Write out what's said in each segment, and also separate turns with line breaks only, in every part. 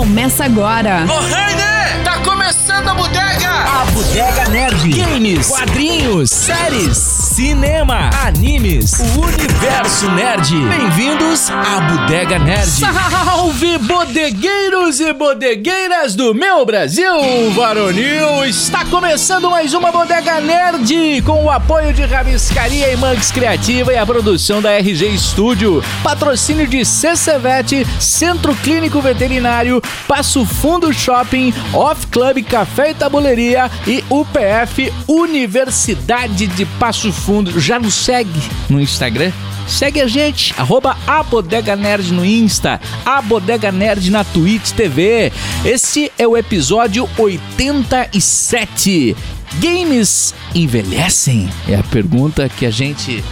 Começa agora!
Lohane! Tá começando a bodega!
A Bodega Nerd. Games, quadrinhos, séries, cinema, animes, o universo nerd. Bem-vindos à Bodega Nerd.
Salve, bodegueiros e bodegueiras do meu Brasil varonil! Está começando mais uma Bodega Nerd com o apoio de Rabiscaria e Manx Criativa e a produção da RG Studio. Patrocínio de CCVET, Centro Clínico Veterinário, Passo Fundo Shopping, Off Club Café e Tabuleiria e UPF Universidade de Passo Fundo. Já nos segue no Instagram? Segue a gente, arroba a Bodega Nerd no Insta, a Bodega Nerd na Twitch TV. Esse é o episódio 87. Games envelhecem? É a pergunta que a gente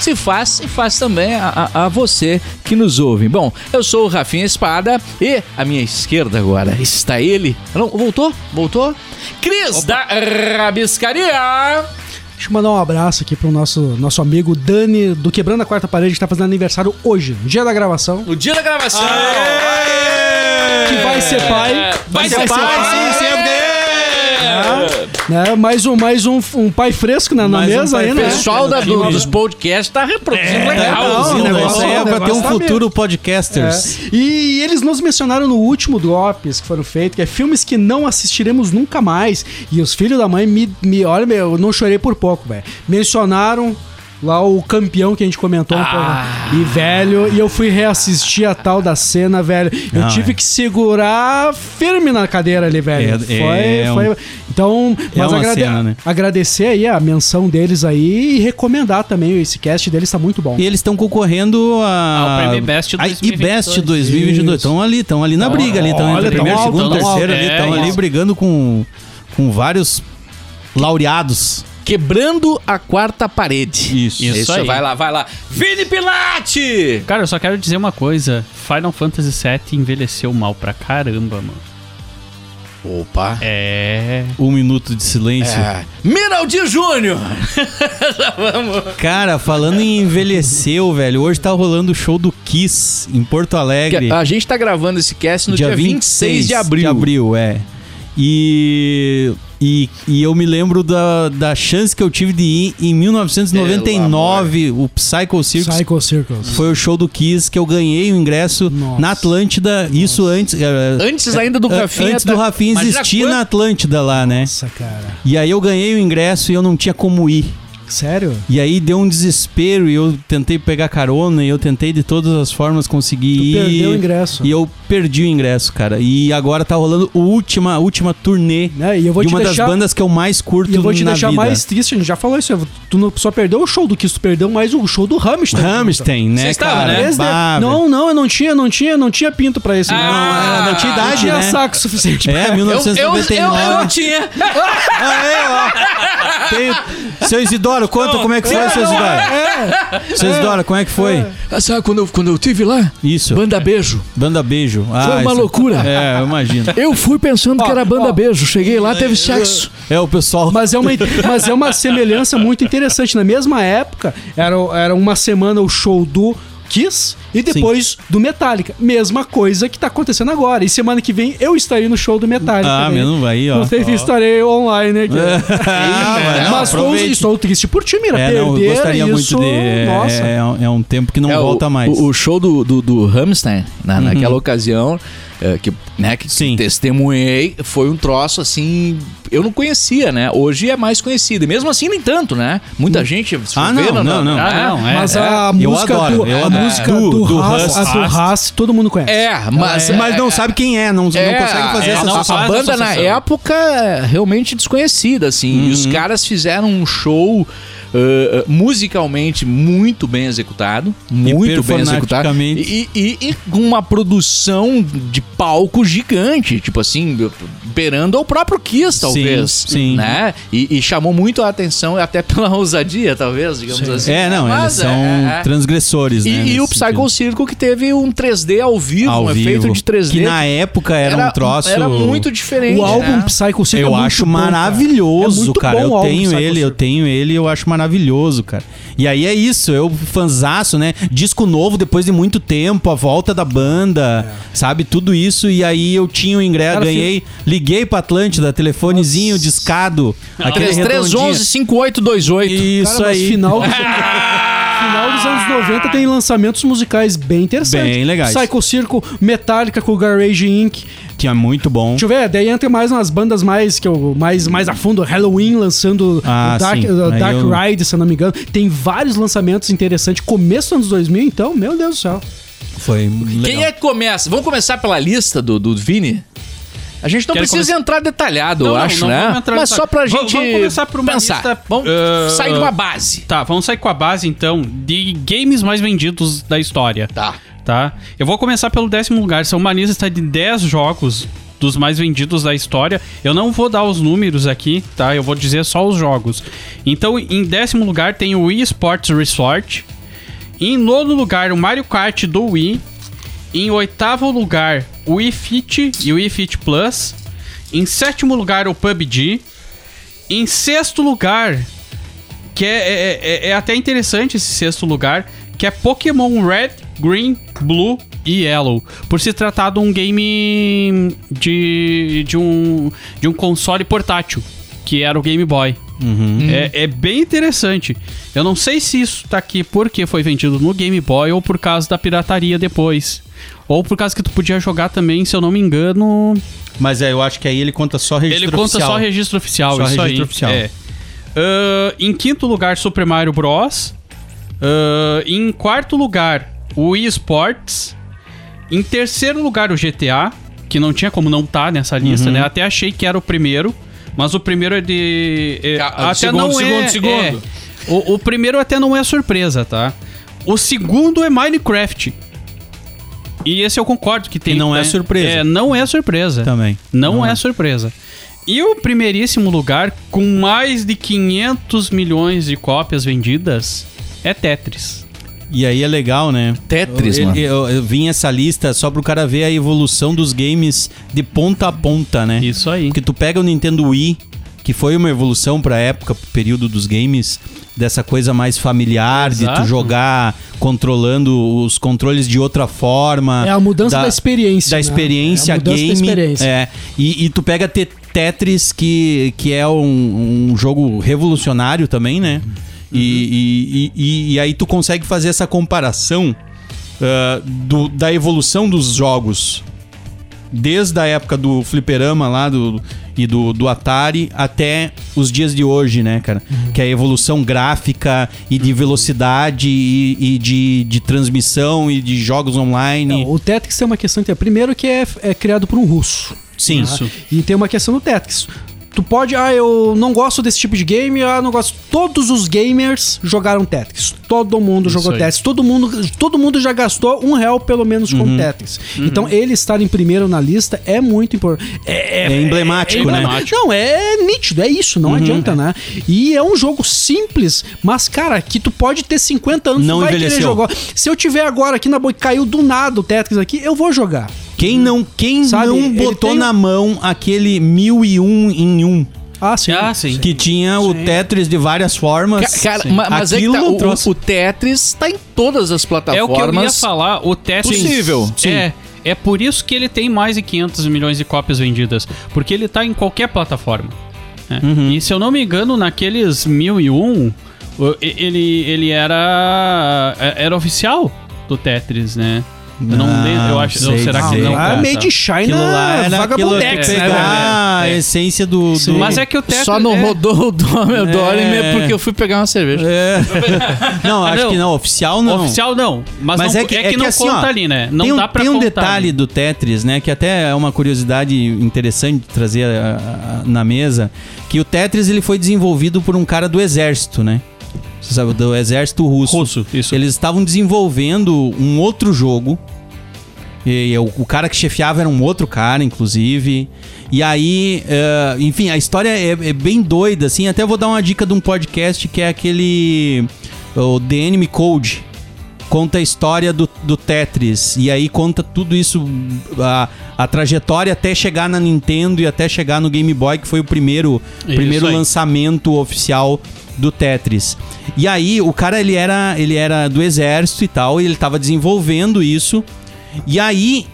se faz e faz também a, a- a você que nos ouve. Bom, eu sou o Rafinha Espada e à minha esquerda agora está ele. Não, voltou? Voltou? Cris da Rabiscaria!
Deixa eu mandar um abraço aqui pro nosso, nosso amigo Dani do Quebrando a Quarta Parede, que tá fazendo aniversário hoje, dia da gravação.
No dia da gravação!
Que vai ser pai.
Vai ser assim. pai, sim,
Né? Mais um, mais um, um pai fresco na, na
Mais um
mesa
pai
aí,
O
né?
fresco.
é,
pessoal da- do- dos podcasts tá reproduzindo legal.
legal.
né?
negócio-
É, Isso aí é
o
pra ter
negócio
um
tá
futuro
É.
podcasters.
E eles nos mencionaram no último Drops que foram feitos, que é filmes que não assistiremos nunca mais. E os filhos da mãe me. me olha, meu, eu não chorei por pouco, velho. Mencionaram. Lá o campeão que a gente comentou um
Ah.
pouco. E, velho, e eu fui reassistir a tal da cena, velho. Eu
Não,
tive
é.
que segurar firme na cadeira ali, velho.
É-
foi,
é um-
foi. Então,
É
mas
uma
agrade-
cena, né?
agradecer aí a menção deles aí e recomendar também esse cast deles, tá muito bom.
E eles estão concorrendo a.
Ao Ah, Prêmio Best
a
2022.
IBEST 2022. Estão ali, estão ali na briga, ali. Estão entre
olha,
primeiro,
tão alto,
segundo,
tão alto.
terceiro ali.
É,
Estão ali
isso.
brigando com, com vários laureados.
Quebrando a quarta parede.
Isso.
Isso,
Isso aí.
vai lá, vai lá. Vini Pilate!
Cara, eu só quero dizer uma coisa. Final Fantasy VII envelheceu mal pra caramba, mano.
Opa.
É.
Um minuto de silêncio.
É. Miraldi Júnior!
Cara, falando em envelheceu, velho. Hoje tá rolando o show do Kiss em Porto Alegre.
Que A gente tá gravando esse cast no dia, 26 de abril.
De abril, é. E, e, e eu me lembro da, da chance que eu tive de ir em 1999, o Psycho Circus.
Psycho Circles.
Foi o show do Kiss que eu ganhei o ingresso
Nossa.
na Atlântida. Isso antes. eh,
Antes ainda do
an-
Rafinha.
antes do
tá-
Rafinha
Imagina
existir
quanto-
na Atlântida lá, né?
Nossa, cara.
E aí eu ganhei o ingresso e eu não tinha como ir.
Sério?
E aí deu um desespero e eu tentei pegar carona e eu tentei de todas as formas conseguir
Tu
ir.
perdeu o ingresso.
E eu perdi o ingresso, cara. E agora tá rolando a última, a última turnê
Né? E eu vou
de
te
uma
deixar,
das bandas que eu mais curto
e eu vou te
na
deixar
vida.
mais triste, a gente já falou isso. Tu não só perdeu o show do Kiss, tu perdeu mais o show do Rammstein.
Rammstein, né,
Você estava,
cara?
né?
Esse
Bah,
de- Não, não, eu não tinha, não tinha, não tinha pinto pra esse.
velho.
não.
Não, era- não tinha
não
idade,
tinha
né?
saco suficiente.
É,
Eu, eu, eu,
1999.
eu não tinha.
Aí, ó. Tem- Seu Isidoro, conta como é que foi, seu Isidoro. Seu Isidoro, como é que foi?
Ah, Sabe quando eu, quando eu tive lá?
Isso,
Banda Beijo.
banda beijo. Ah,
uma
isso-
loucura.
É, eu imagino.
Eu fui pensando que era Banda Beijo. Cheguei lá, teve sexo.
É, o pessoal...
Mas é, uma, mas é uma semelhança muito interessante. Na mesma época, era, era uma semana o show do Kiss e depois do Metallica. Mesma coisa que tá acontecendo agora. E semana que vem eu estarei no show do Metallica.
Ah,
também.
mesmo, aí, ó.
Não sei se estarei online aqui.
Ah, não,
mas um estou,
aproveite.
estou triste por ti, Mira.
É,
Perder
não, eu gostaria
isso,
muito de. é,
Nossa.
É, um- é um tempo que não
É, o-
volta mais. Uhum.
O, o show do, do, do Rammstein, na, naquela ocasião, é, que, né, que
Sim.
testemunhei, foi um troço assim. Eu não conhecia, né? Hoje é mais conhecido. E mesmo assim, nem tanto, né? Muita gente. se
Ah,
vê
não,
na-
não, não.
na-
Ah, não, é.
Mas
é.
a
eu
música
adoro,
do,
eu
a
adoro.
música
Do-
do,
do
Haas,
Haas.
a do Haas, todo mundo conhece.
É, mas.
mas não sabe quem é, não,
é,
não consegue fazer
é,
essa
não,
não
a
faz
banda
essa
na
associação.
época é realmente desconhecida, assim. E os
Uhum.
caras fizeram um show ah, ah, musicalmente muito bem executado. Muito bem executado.
performaticamente.
E, e, e com uma produção de palco gigante. Tipo assim, superando ao próprio Kiss, talvez.
sim.
Né? E, e chamou muito a atenção, até pela ousadia, talvez, digamos assim.
É, não, eles
Mas é,
são
é, é.
transgressores,
E,
né?
e
nesse
o Psycho
sentido.
Circle que teve um 3D ao vivo,
Ao
um
vivo,
efeito de 3D.
Que na época era, um troço.
Era muito diferente.
O álbum
né?
Psycho Circle é
Eu
muito
acho
bom, cara. É
maravilhoso,
muito
cara.
bom o
Eu
álbum
tenho
Psycho
ele, eu
Circle.
tenho ele e eu acho maravilhoso, cara. E aí é isso, eu fanzaço, né? Disco novo depois de muito tempo, a volta da banda,
É.
sabe? Tudo isso. E aí eu tinha o ingresso,
Cara,
ganhei, liguei pra Atlântida, telefonezinho discado. Aquele
3311
redondinho.
5828.
Isso
Cara, mas
aí.
Final dos, final dos anos 90 tem lançamentos musicais bem interessantes.
Bem legais.
Psycho Circle, Metallica com Garage Inc.
Que é muito bom.
Deixa eu ver, daí entra mais umas bandas mais que eu, mais, mais a fundo, Halloween lançando
Ah,
o Dark,
sim.
o
Aí
Dark
eu-
Ride, se eu não me engano. Tem vários lançamentos interessantes. Começo dos anos 2000, então, meu Deus do céu.
Foi
Quem é que começa? Vamos começar pela lista do, do Vini? A gente não
Quer
precisa
começar?
entrar detalhado,
Não,
eu
não,
acho,
não
né?
vamos entrar
Mas
detalhado.
só pra
Vamos-
gente
vamos começar por uma
pensar.
lista,
vamos
eh,
sair de uma base.
Tá, vamos sair com a base então de games mais vendidos da história.
Tá.
Tá? Eu vou começar pelo décimo lugar. São uma lista de 10 jogos dos mais vendidos da história. Eu não vou dar os números aqui, tá? Eu vou dizer só os jogos. Então, em décimo lugar tem o Wii Sports Resort. Em nono lugar, o Mario Kart do Wii. Em oitavo lugar, o Wii Fit e o Wii Fit Plus. Em sétimo lugar, o PUBG. Em sexto lugar, que é, é- é- é até interessante esse sexto lugar, que é Pokémon Red, Green, Blue e Yellow. Por se tratar de um game de, de, um, de um console portátil, que era o Game Boy. É, é bem interessante. Eu não sei se isso tá aqui porque foi vendido no Game Boy ou por causa da pirataria depois. Ou por causa que tu podia jogar também, se eu não me engano.
Mas é, eu acho que aí ele conta só registro
Ele conta
oficial.
só registro oficial,
Só
isso
registro
aí.
oficial.
É. Ah, em quinto lugar, Super Mario Bros. Ah, em quarto lugar, o Wii Sports. Em terceiro lugar, o GTA, que não tinha como não estar nessa
Uhum.
lista, né? Até achei que era o primeiro, mas o primeiro é de... é,
Ca-
até
Ah, segundo,
não é...
segundo, segundo.
é. o, o primeiro até não é surpresa, tá? O segundo é Minecraft. E esse eu concordo que tem...
não é
né?
surpresa.
É, não é surpresa.
Também.
Não, é. surpresa. E o primeiríssimo lugar, com mais de 500 milhões de cópias vendidas, é Tetris.
E aí é legal, né?
Tetris,
eu,
mano.
eu- eu vim essa lista só pro cara ver a evolução dos games de ponta a ponta, né?
Isso aí.
Porque tu pega o Nintendo Wii, que foi uma evolução pra época, pro período dos games, dessa coisa mais familiar, de
Exato.
tu jogar controlando os controles de outra forma.
É a mudança da experiência,
Da
né?
experiência
É a mudança da
game.
experiência.
É. E, e tu pega Te- Tetris, que, que é um, um jogo revolucionário também, né?
Uhum.
E, e, e- e aí tu consegue fazer essa comparação ah, do- da evolução dos jogos desde a época do fliperama lá do, e do, do Atari até os dias de hoje, né, cara?
Uhum.
Que é a evolução gráfica e de velocidade e, e de, de transmissão e de jogos online.
Não, o Tetris tem uma questão que é, primeiro que é, é criado por um russo.
Sim.
Isso.
E tem uma questão do Tetris. Tu pode, ah, eu não gosto desse tipo de game, ah, não gosto. Todos os gamers jogaram Tetris. Todo mundo jogou
aí.
Tetris. Todo mundo, todo mundo já gastou um real pelo menos com Tetris. Então ele estar em primeiro na lista é muito importante. É,
É emblemático, né? Uhum.
Não, é nítido, é isso, não adianta, né? E é um jogo simples, mas, cara, que tu pode ter 50 anos,
Não
tu vai
envelheceu.
querer jogar. Se eu tiver agora aqui na boi, caiu do nada o Tetris aqui, eu vou jogar.
Quem não, quem
Sabe,
não
ele
botou
tem-
na mão aquele mil e um em um
Ah, sim.
Ah, sim.
que tinha o Tetris de várias formas?
Ca- cara,
Sim.
ma- mas é que
Aquilo
tá, o-
trouxe-
o, Tetris tá em todas as
É o
plataformas.
que eu ia falar, o Tetris...
Possível.
Sim. É, é por isso que ele tem mais de 500 milhões de cópias vendidas. Porque ele tá em qualquer plataforma. né?
Uhum.
E se eu não me engano, naqueles 1001, o- e- ele, ele era... é, era oficial do Tetris, né? Eu não,
Não,
lembro, eu acho...
Ah, sei
será que
dizer, é
não?
cara.
Ah,
Ah,
tá.
Made in China,
Aquilo lá era aquilo
vagabundex,
que
é
né?
verdade.
velho?
pegar a
É.
essência do... do-
Mas é que o Tetris...
Só não
é-
rodou o Dome,
É.
porque eu fui pegar uma cerveja.
É. Não, acho
não.
que não. Oficial não.
Oficial não, mas,
Mas
não-
é que, é que
não
assim, ó,
conta ali, né? Não
tem um,
dá pra
Tem um
contar
detalhe
ali.
do Tetris, né? Que até é uma curiosidade interessante de trazer ah, ah, na mesa. Que o Tetris ele foi desenvolvido por um cara do exército, né? Você sabe, do exército russo.
Russo, isso.
Eles estavam desenvolvendo um outro jogo E eu- o cara que chefiava era um outro cara, inclusive. E aí, eh, enfim, a história é, é bem doida, assim. Até vou dar uma dica de um podcast que é aquele. O The Enemy Code. Conta a história do, do Tetris. E aí conta tudo isso, a, a trajetória até chegar na Nintendo e até chegar no Game Boy, que foi o primeiro,
Isso
primeiro
aí.
lançamento oficial do Tetris. E aí o cara ele era ele era do exército e tal, e ele tava desenvolvendo isso. E aí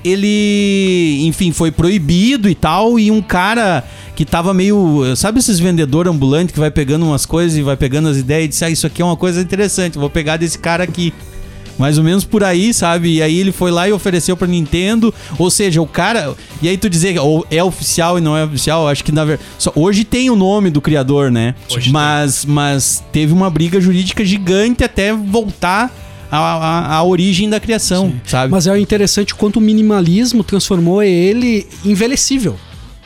ele, enfim, foi proibido e tal, e um cara que tava meio, sabe esses vendedor ambulante que vai pegando umas coisas e vai pegando as ideias e disse: "Ah, isso aqui é uma coisa interessante, vou pegar desse cara aqui". Mais ou menos por aí, sabe? E aí ele foi lá e ofereceu pra Nintendo. Ou seja, o cara. E aí tu dizer que ou é oficial e não é oficial, acho que na verdade. só- Hoje tem o nome do criador, né? mas, mas teve uma briga jurídica gigante até voltar à, à, à origem da criação, sabe?
Mas é interessante o quanto o minimalismo transformou ele envelhecível.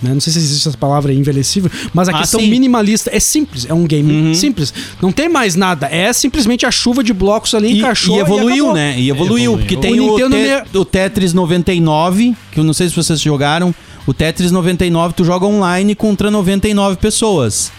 né? Não sei se existe essa palavra envelhecível, mas a
Ah,
questão
sim. Uhum.
minimalista é simples, é um game simples. Não tem mais nada, é simplesmente a chuva de blocos ali
E,
encaixou
e evoluiu,
acabou.
né? E evoluiu,
Evoluiu.
porque
O
tem o,
Nintendo é-
Te-
ne-
o Tetris 99, que eu não sei se vocês jogaram. O Tetris 99 tu joga online contra 99 pessoas.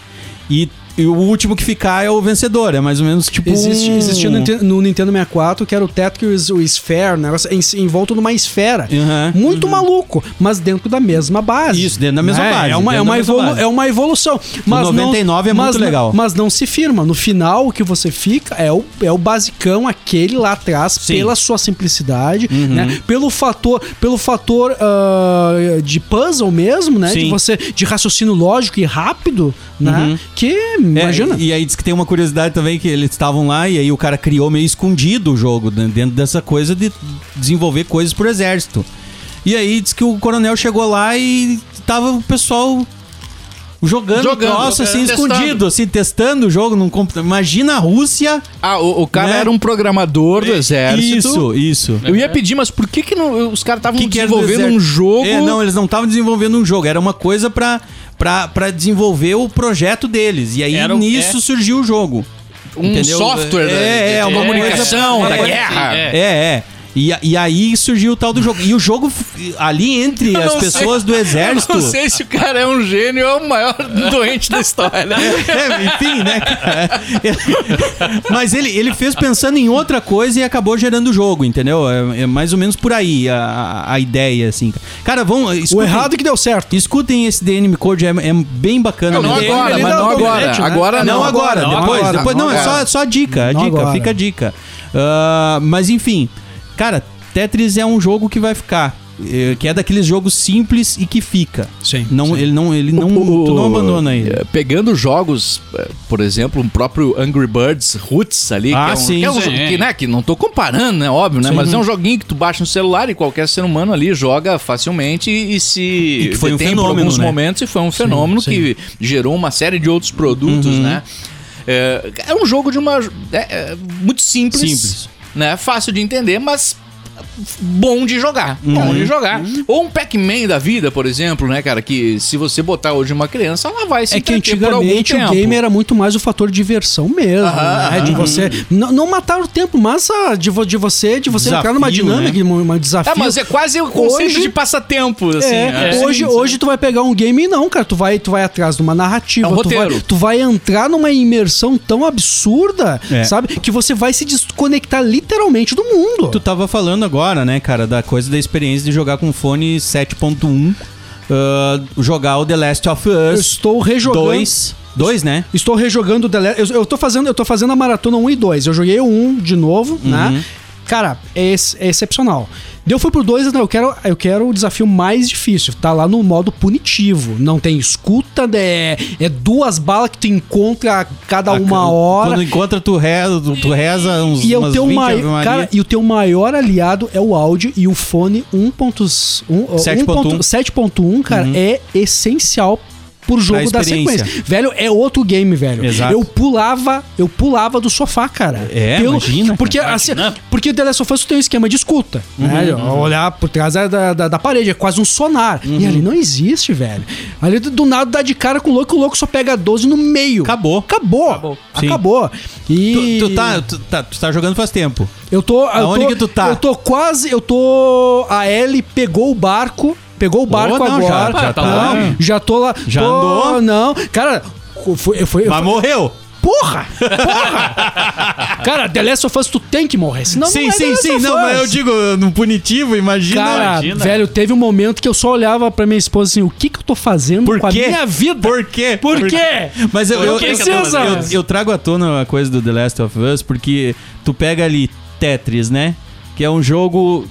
E, e o último que ficar é o vencedor, é mais ou menos tipo
Existe,
um-
existia no, Ninte- no Nintendo 64 que era o Tetris, o Sphere, né? Em- envolto numa esfera.
Aham. Uhum.
Muito maluco, mas dentro da mesma base.
Isso, dentro da mesma
Né?
base,
É uma, é
dentro da
uma,
mesma
evolu-
base.
é uma evolução. Mas
99 é
não,
muito
mas não-
legal.
mas não se firma. No final, o que você fica é o, é o basicão, aquele lá atrás,
Sim. Uhum.
pela sua simplicidade, né? Pelo fator, pelo fator ah, de puzzle mesmo, né?
Sim.
De você, de raciocínio lógico e rápido, né? Que,
É,
imagina.
e aí diz que tem uma curiosidade também que eles estavam lá e aí o cara criou meio escondido o jogo né, dentro dessa coisa de desenvolver coisas pro exército. E aí diz que o coronel chegou lá e tava o pessoal jogando, o
Jogando,
troço assim
jogando,
escondido,
testando.
assim testando o jogo num computador. Imagina a Rússia.
Ah, o, o cara
Né?
era um programador do exército.
Isso, isso.
Eu ia pedir, mas por que, que não- os caras estavam
era do
É. desenvolvendo
exército?
um jogo?
É, não, eles não estavam desenvolvendo um jogo, era uma coisa pra pra- pra desenvolver o projeto deles. E aí
Era o-
nisso
é.
surgiu o jogo.
um
Entendeu?
software né? da-
É, é,
de
uma
comunicação,
coisa-
da
uma coisa-
guerra.
É.
É, é. E, a- e aí surgiu o tal do jogo. E o jogo, f- ali entre
Eu
as
não sei.
pessoas do exército.
Não sei se o cara é um gênio ou é o maior doente da história.
É, enfim, né? cara? Mas ele, ele fez pensando em outra coisa e acabou gerando o jogo, entendeu? É, é mais ou menos por aí a- a, a ideia, assim. Cara, vamos.
o
escutem-
errado é que deu certo.
Escutem esse The Enemy Code, é, é bem bacana.
Não
mesmo.
agora,
ele
mas
dá
um
não
o
agora.
dominete, né?
Agora
Não,
não.
agora,
agora,
depois,
agora,
depois. Não,
não
é só,
agora.
só a dica, a
Não
dica,
agora.
fica a dica. Ah, mas enfim, cara, Tetris é um jogo que vai ficar. eh, Que é daqueles jogos simples e que fica.
Sim,
Não, Ele não, ele não,
um O-
tu não abandona ele.
é, Pegando jogos, é, por exemplo, um próprio Angry Birds Roots ali,
Ah,
que é um,
sim,
que, é um
sim.
jogo que, né, que não tô comparando, né, óbvio, né, mas é um joguinho que tu baixa no celular e qualquer ser humano ali joga facilmente e, e se
E que foi um
detém
fenômeno,
por alguns
né?
momentos e foi um fenômeno que gerou uma série de outros produtos,
Uhum.
né? É, é um jogo de uma é, é, muito simples,
Simples.
né, fácil de entender, mas bom de jogar.
Uhum.
Bom de jogar. Ou um Pac-Man da vida, por exemplo, né, cara? Que se você botar hoje uma criança, ela vai se
É que
entreter por algum
antigamente o
tempo.
game era muito mais o fator diversão mesmo,
Aham,
né? De você não, não matar o tempo, mas ah, de, vo- de você, de você
Desafio,
entrar numa dinâmica, um um desafio.
Ah, mas é quase o conceito
Hoje-
de passatempo, assim.
É,
né?
hoje, hoje tu vai pegar um game e não, cara. Tu vai, tu vai atrás de uma narrativa.
É um
tu,
roteiro.
vai, tu vai entrar numa imersão tão absurda,
É.
sabe? Que você vai se desconectar literalmente do mundo.
Tu tava falando agora, né, cara, da coisa da experiência de jogar com um fone 7.1, ah, jogar o The Last of
Eu
Us
estou rejogando.
2. 2, né?
Estou rejogando o The Last... Eu, eu, tô fazendo, eu tô fazendo a maratona 1 e 2. Eu joguei o 1 de novo, né? Cara, é, ex- é excepcional. Daí Eu fui pro 2 e não, eu quero, eu quero o desafio mais difícil. Tá lá no modo punitivo. Não tem escuta, é, é duas balas que tu encontra a cada uma hora.
Quando Ah, encontra, tu reza, tu, tu reza uns
E, é o
umas
teu
20
mai-
Ave Maria.
cara, e o teu maior aliado é o áudio e o fone 1.1,
7.1.
1.7.1, cara, é um, essencial por jogo
Na
da
Uhum. experiência.
sequência. Velho, é outro game, velho.
Exato.
Eu pulava, eu pulava do sofá, cara.
É, imagina, Uhum.
Porque, assim, porque The Last of Us tem um esquema de escuta, né? Olhar por trás da, da, da parede, é quase um sonar. E
Uhum.
ali não existe, velho. Ali do, do nada dá de cara com o louco, o louco só pega 12 no meio.
Acabou.
Acabou. Acabou.
Sim.
E...
Tu, tu tá, tu, tá, tu tá jogando faz tempo.
Eu tô. eu
Aonde
tô-
que tu tá?
Eu tô quase. Eu tô. A Ellie pegou o barco. Pegou o barco
não,
agora.
já- já tá
Não,
longe.
Já tô lá.
Já
Pô,
andou?
Não. Cara, foi. foi
Mas morreu.
Porra! Porra! cara, The Last of Us, tu tem que morrer. Senão
sim,
não é The
sim,
Last
sim.
of
Não, mas eu
Us.
digo no punitivo, imagina.
Cara,
imagina.
velho, teve um momento que eu só olhava pra minha esposa assim: o que que eu tô fazendo
por
com a
quê?
minha vida?
Por quê?
Por quê?
Mas eu,
Por
eu,
que
eu,
que eu tô
eu-
fazendo isso?
eu trago à tona a coisa do The Last of Us porque tu pega ali Tetris, né? Que é um jogo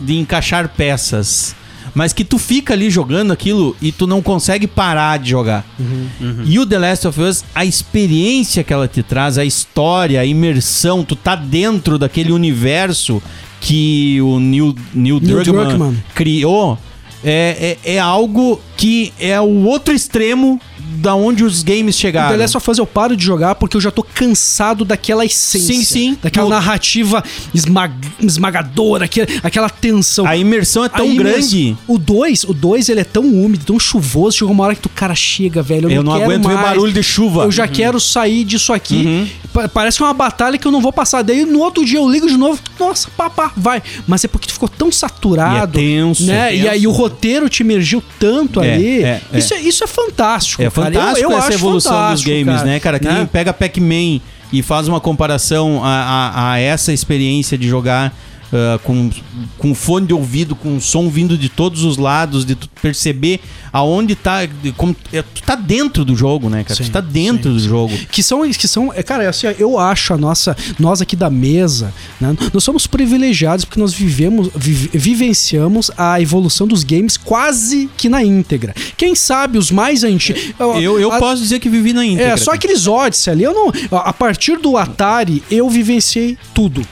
de encaixar peças. Mas que tu fica ali jogando aquilo e tu não consegue parar de jogar.
Uhum.
Uhum. E o The Last of Us, a experiência que ela te traz, a história, a imersão, tu tá dentro daquele universo que o Neil, Neil,
Neil
Druckmann,
Druckmann.
criou é, é, é algo que é o outro extremo da onde os games chegaram.
The Last of Us eu paro de jogar porque eu já tô cansado daquela essência.
Sim, sim.
Daquela
Eu-
narrativa esmag- esmagadora, aquela, aquela tensão.
A imersão é tão
Aí,
grande.
mas O 2, o 2 ele é tão úmido, tão chuvoso, chegou uma hora que tu, cara, chega, velho, eu,
Eu não
quero
aguento ver
mais.
barulho de chuva. Uhum.
Eu já quero sair disso aqui. Pa- Parece que é uma batalha que eu não vou passar. Daí no outro dia eu ligo de novo. Nossa, papá, vai. Mas é porque tu ficou tão saturado.
E é tenso,
né?
tenso.
E aí o roteiro te emergiu tanto
É,
ali.
é, é.
Isso, é, isso é fantástico.
É
cara. Eu-
fantástico
eu
essa
acho
evolução dos
fantástico,
games, né, cara? Quem pega Pac-Man e faz uma comparação a, a- a essa experiência de jogar ah, com, com fone de ouvido, com som vindo de todos os lados, de tu perceber aonde tá. de como- é, tu tá dentro do jogo, né, cara? tu
Sim,
tá dentro do jogo.
que são que são é, cara assim ó, eu acho a nossa nós aqui da mesa né, nós somos privilegiados porque nós vivemos vi- vivenciamos a evolução dos games quase que na íntegra quem sabe os mais antigos
Eu, eu
a-
posso dizer que vivi na íntegra.
é só
cara.
aqueles Odyssey ali eu não a partir do Atari eu vivenciei tudo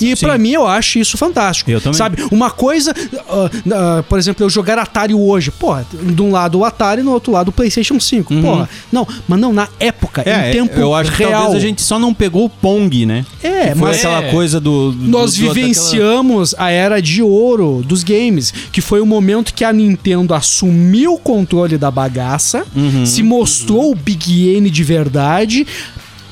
e pra mim eu acho isso fantástico.
Eu também.
Sabe? Uma coisa, ah, ah, por exemplo, eu jogar Atari hoje. Porra, de um lado o Atari, no outro lado o PlayStation 5. Porra, não, mas não, na época,
Uhum. É,
em tempo
eu acho que
real.
talvez a gente só não pegou o Pong, né?
É,
que foi
mas-
aquela
É.
coisa do. do-
Nós
do- daquela-
vivenciamos a era de ouro dos games, que foi o momento que a Nintendo assumiu o controle da bagaça,
Uhum.
se mostrou o Big N de verdade,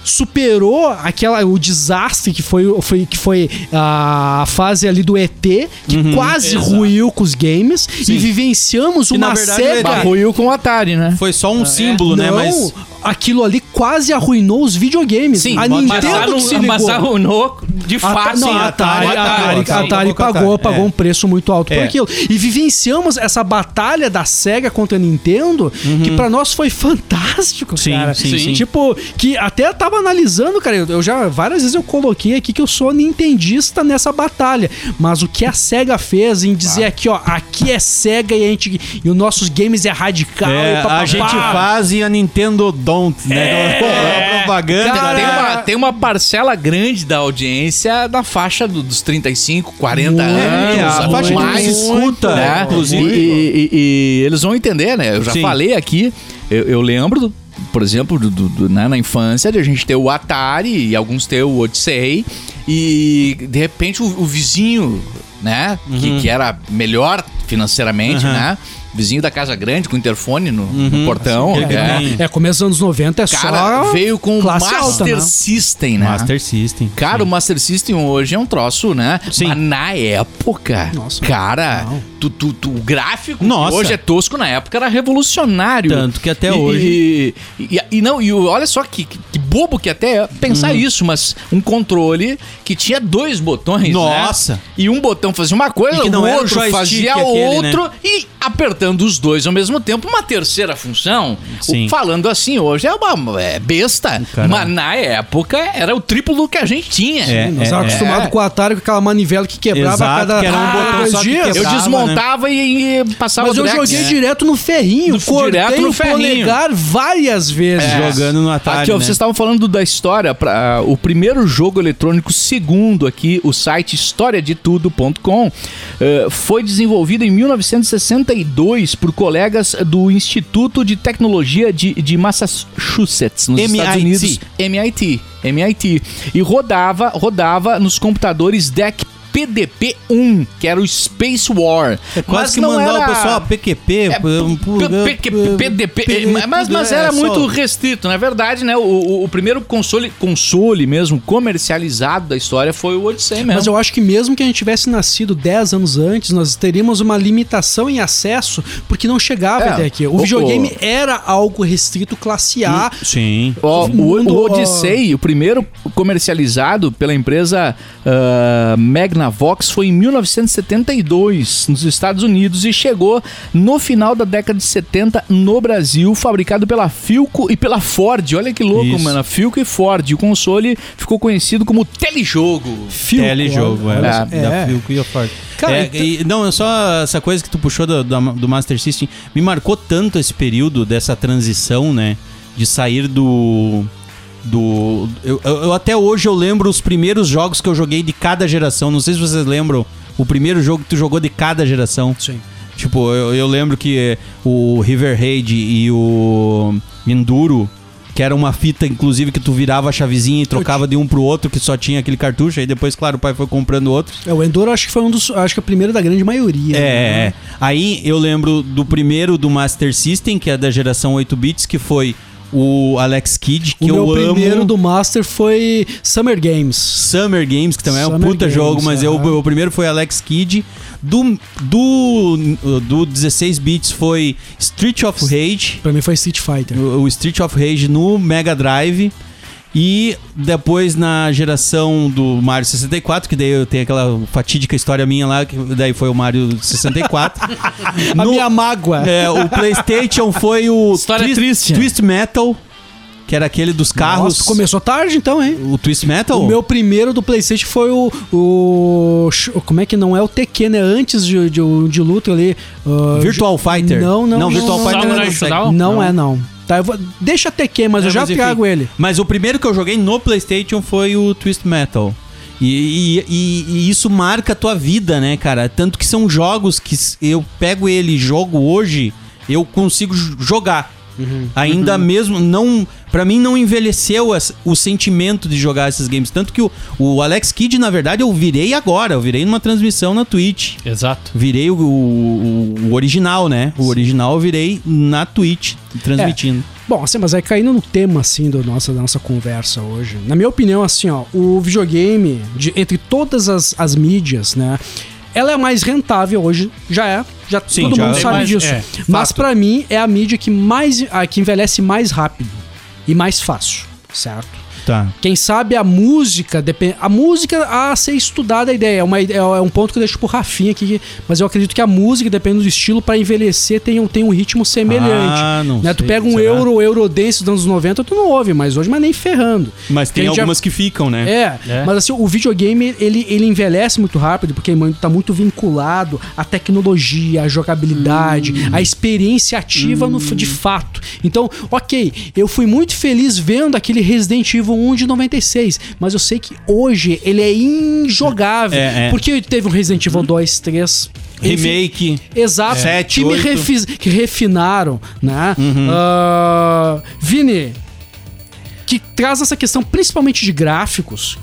superou aquela o desastre que foi, foi que foi a fase ali do ET, que
Uhum.
quase
Exato.
ruiu com os games e vivenciamos
Que, na
uma
verdade,
série
o ET
Barruiu com o Atari, né?
Foi só um símbolo, né?
É. Não,
Mas.
aquilo ali quase arruinou os videogames.
Sim,
a
mas
Nintendo que se ligou.
mas arruinou
Ah,
de
tá,
Ata-
fato.
não,
sim,
a Atari,
Atari,
a Atari,
sim.
a Atari
Convoca
pagou,
Atari,
pagou
é.
um preço muito alto por
É.
aquilo. E vivenciamos essa batalha da SEGA contra a Nintendo, que pra nós foi fantástico,
Uhum. Sim,
cara.
sim,
sim.
Tipo, que até eu tava analisando, cara, eu, eu já várias vezes eu coloquei aqui que eu sou nintendista nessa batalha, mas o que a SEGA fez em dizer aqui, ó, aqui é SEGA e a gente e os nossos games é radical,
é,
e papapá.
a gente faz e a Nintendo don't, né? Pô, é propaganda.
Cara,
né?
Tem uma, tem uma parcela grande da audiência da faixa do- dos 35, 40
Muito,
anos.
É, a
ou
faixa que
mais,
mais escuta,
né?
inclusive.
E, e- e- e eles vão entender, né? Eu já
Sim.
falei aqui, eu, eu lembro, do- por exemplo, do- do- do- né, na infância, de a gente ter o Atari e alguns ter o Odyssey. E de repente o, o vizinho, né?
Uhum.
Que, que era melhor financeiramente, né? Vizinho da Casa Grande, com interfone no, no portão.
Uhum. Assim, aquele que
né?
tem-
É, começo dos anos 90 é
Cara,
só
veio com o
classe
Master
alta, né?
System, né?
Master System.
Cara, o Master System hoje é um troço, né?
Sim.
Mas na época,
Nossa,
cara,
não.
tu, tu- tu- o gráfico
Nossa.
que hoje é tosco, na época era revolucionário.
Tanto que até
E-
hoje-
E, e- e não, e o- olha só que, que- que bobo que até é pensar
Uhum.
isso, mas um controle que tinha dois botões, né?
Nossa.
E um botão fazia uma coisa,
E que não
o
era o
outro
joystick
fazia
aquele, né?
outro, e apertando os dois ao mesmo tempo, uma terceira função.
Sim.
O- falando assim, hoje é uma é besta,
Caralho.
mas na época era o triplo do que a gente tinha.
É,
Nós
é,
estávamos acostumados com o Atari, com aquela manivela que quebrava
Exato,
a cada
que era um
ah,
botão
dois
só que
dias.
Eu
quebrava,
desmontava e, e passava
Mas eu
direto.
joguei
É.
direto no ferrinho,
No-
cortei
direto no
o
ferrinho.
polegar várias vezes.
Jogando no Atari,
Aqui, ó,
né?
vocês estavam falando da história, pra, ah, o primeiro jogo eletrônico, segundo aqui o site historiadetudo.com, eh, foi desenvolvido em 1962 por colegas do Instituto de Tecnologia de, de Massachusetts, nos Estados
MIT.
Unidos. MIT. MIT. E rodava, rodava nos computadores DEC PDP-1, que era o Space War.
É Quase que mandar o pessoal PQP.
É,
um
P- P- P- PDP, eh, mas, mas
É,
era muito restrito. Na verdade, né? o- O, o primeiro console, console mesmo comercializado da história foi o Odyssey
É.
mesmo.
Mas eu acho que mesmo que a gente tivesse nascido 10 anos antes, nós teríamos uma limitação em acesso, porque não chegava
É.
até aqui. O
O-
videogame era algo restrito classe A.
Sim.
Ó, o,
Mundo,
o
ó.
Odyssey, o primeiro comercializado pela empresa ah, Magnavox, foi em 1972 nos Estados Unidos e chegou no final da década de 70 no Brasil, fabricado pela Philco e pela Ford. Olha que louco,
Isso.
mano. A Philco e Ford. E o console ficou conhecido como telejogo.
Philco,
Telejogo,
olha-
é.
olha só.
Da
É.
Philco e a Ford.
Cara,
É,
então-
e- não, é só essa coisa que tu puxou do, da- do Master System. Me marcou tanto esse período dessa transição, né? De sair do. Do. Eu, eu- eu até hoje eu lembro os primeiros jogos que eu joguei de cada geração. Não sei se vocês lembram o primeiro jogo que tu jogou de cada geração.
Sim.
Tipo, eu, eu lembro que eh, o River Raid e o Enduro, que era uma fita, inclusive, que tu virava a chavezinha e trocava de um pro outro, que só tinha aquele cartucho, aí depois, claro, o pai foi comprando outros.
É, o Enduro acho que foi um dos. Acho que é o primeiro da grande maioria.
É,
né?
é. Aí eu lembro do primeiro do Master System, que é da geração 8 bits, que foi o Alex Kidd,
O
que
meu
eu amo.
primeiro do Master foi Summer Games.
Summer Games, que também é um
Summer
puta
Games,
jogo, mas eu,
aham.
o primeiro foi Alex Kidd. Do, do, do 16 bits foi Street of Rage.
Pra mim foi Street Fighter.
o o Street of Rage no Mega Drive. E depois na geração do Mario 64, que daí eu tenho aquela fatídica história minha lá, que daí foi o Mario 64.
A
No-
minha mágoa.
é, o PlayStation foi o
História
Twist,
triste.
Twist Metal, que era aquele dos carros.
Nossa, começou tarde então, hein?
O Twist Metal?
O meu primeiro do PlayStation foi o, o- Como é que não é o Tekken, né? Antes de, de, de luta ali. ah,
Virtual Fighter.
Não, não,
não.
não,
Virtual
não,
Fighter não,
não, não.
consegue.
Showdown?
Não, é, não. Tá, eu vou- deixa Tekken, mas
É,
eu já
mas enfim.
trago ele.
Mas o primeiro que eu joguei no PlayStation foi o Twist Metal. E, e- e- e isso marca a tua vida, né, cara? Tanto que são jogos que s- eu pego ele e jogo hoje, eu consigo j- jogar. Ainda mesmo, não. para mim, não envelheceu as- o sentimento de jogar esses games. Tanto que o, o Alex Kidd, na verdade, eu virei agora. Eu virei numa transmissão na Twitch.
Exato.
Virei o, o- o original, né? O original eu virei na Twitch, transmitindo.
Bom, assim, mas aí caindo no tema, assim, do nossa, da nossa conversa hoje. Na minha opinião, assim, ó, o videogame, de- entre todas as, as mídias, né? Ela é a mais rentável hoje, já é, já
Sim,
todo
já
mundo
é.
sabe
Mas,
disso.
é,
mas
fato.
pra mim é a mídia que mais a que envelhece mais rápido e mais fácil, certo?
Tá.
Quem sabe a música, depen- a música a ser estudada a ideia, é, uma, ide- é um ponto que eu deixo pro Rafinha aqui, mas eu acredito que a música, dependendo do estilo, pra envelhecer tem um, tem um ritmo semelhante.
Ah, não
né? Tu
sei,
pega um
será?
euro, eurodance dos anos 90, tu não ouve, mas hoje, mas nem ferrando.
Mas tem
Quem já-
algumas que ficam, né?
É,
É.
mas assim, o videogame ele, ele envelhece muito rápido, porque mano, tá muito vinculado à tecnologia, à jogabilidade,
Hum.
à experiência ativa no, f- de fato. Então, ok, eu fui muito feliz vendo aquele Resident Evil 1 de 96, mas eu sei que hoje ele é injogável.
É, é.
Porque teve um Resident Evil 2, 3. enfim,
Remake.
Exato.
Sete,
que me
oito. Uhum.
refiz- que refinaram, né? Ah, Vini, que traz essa questão principalmente de gráficos,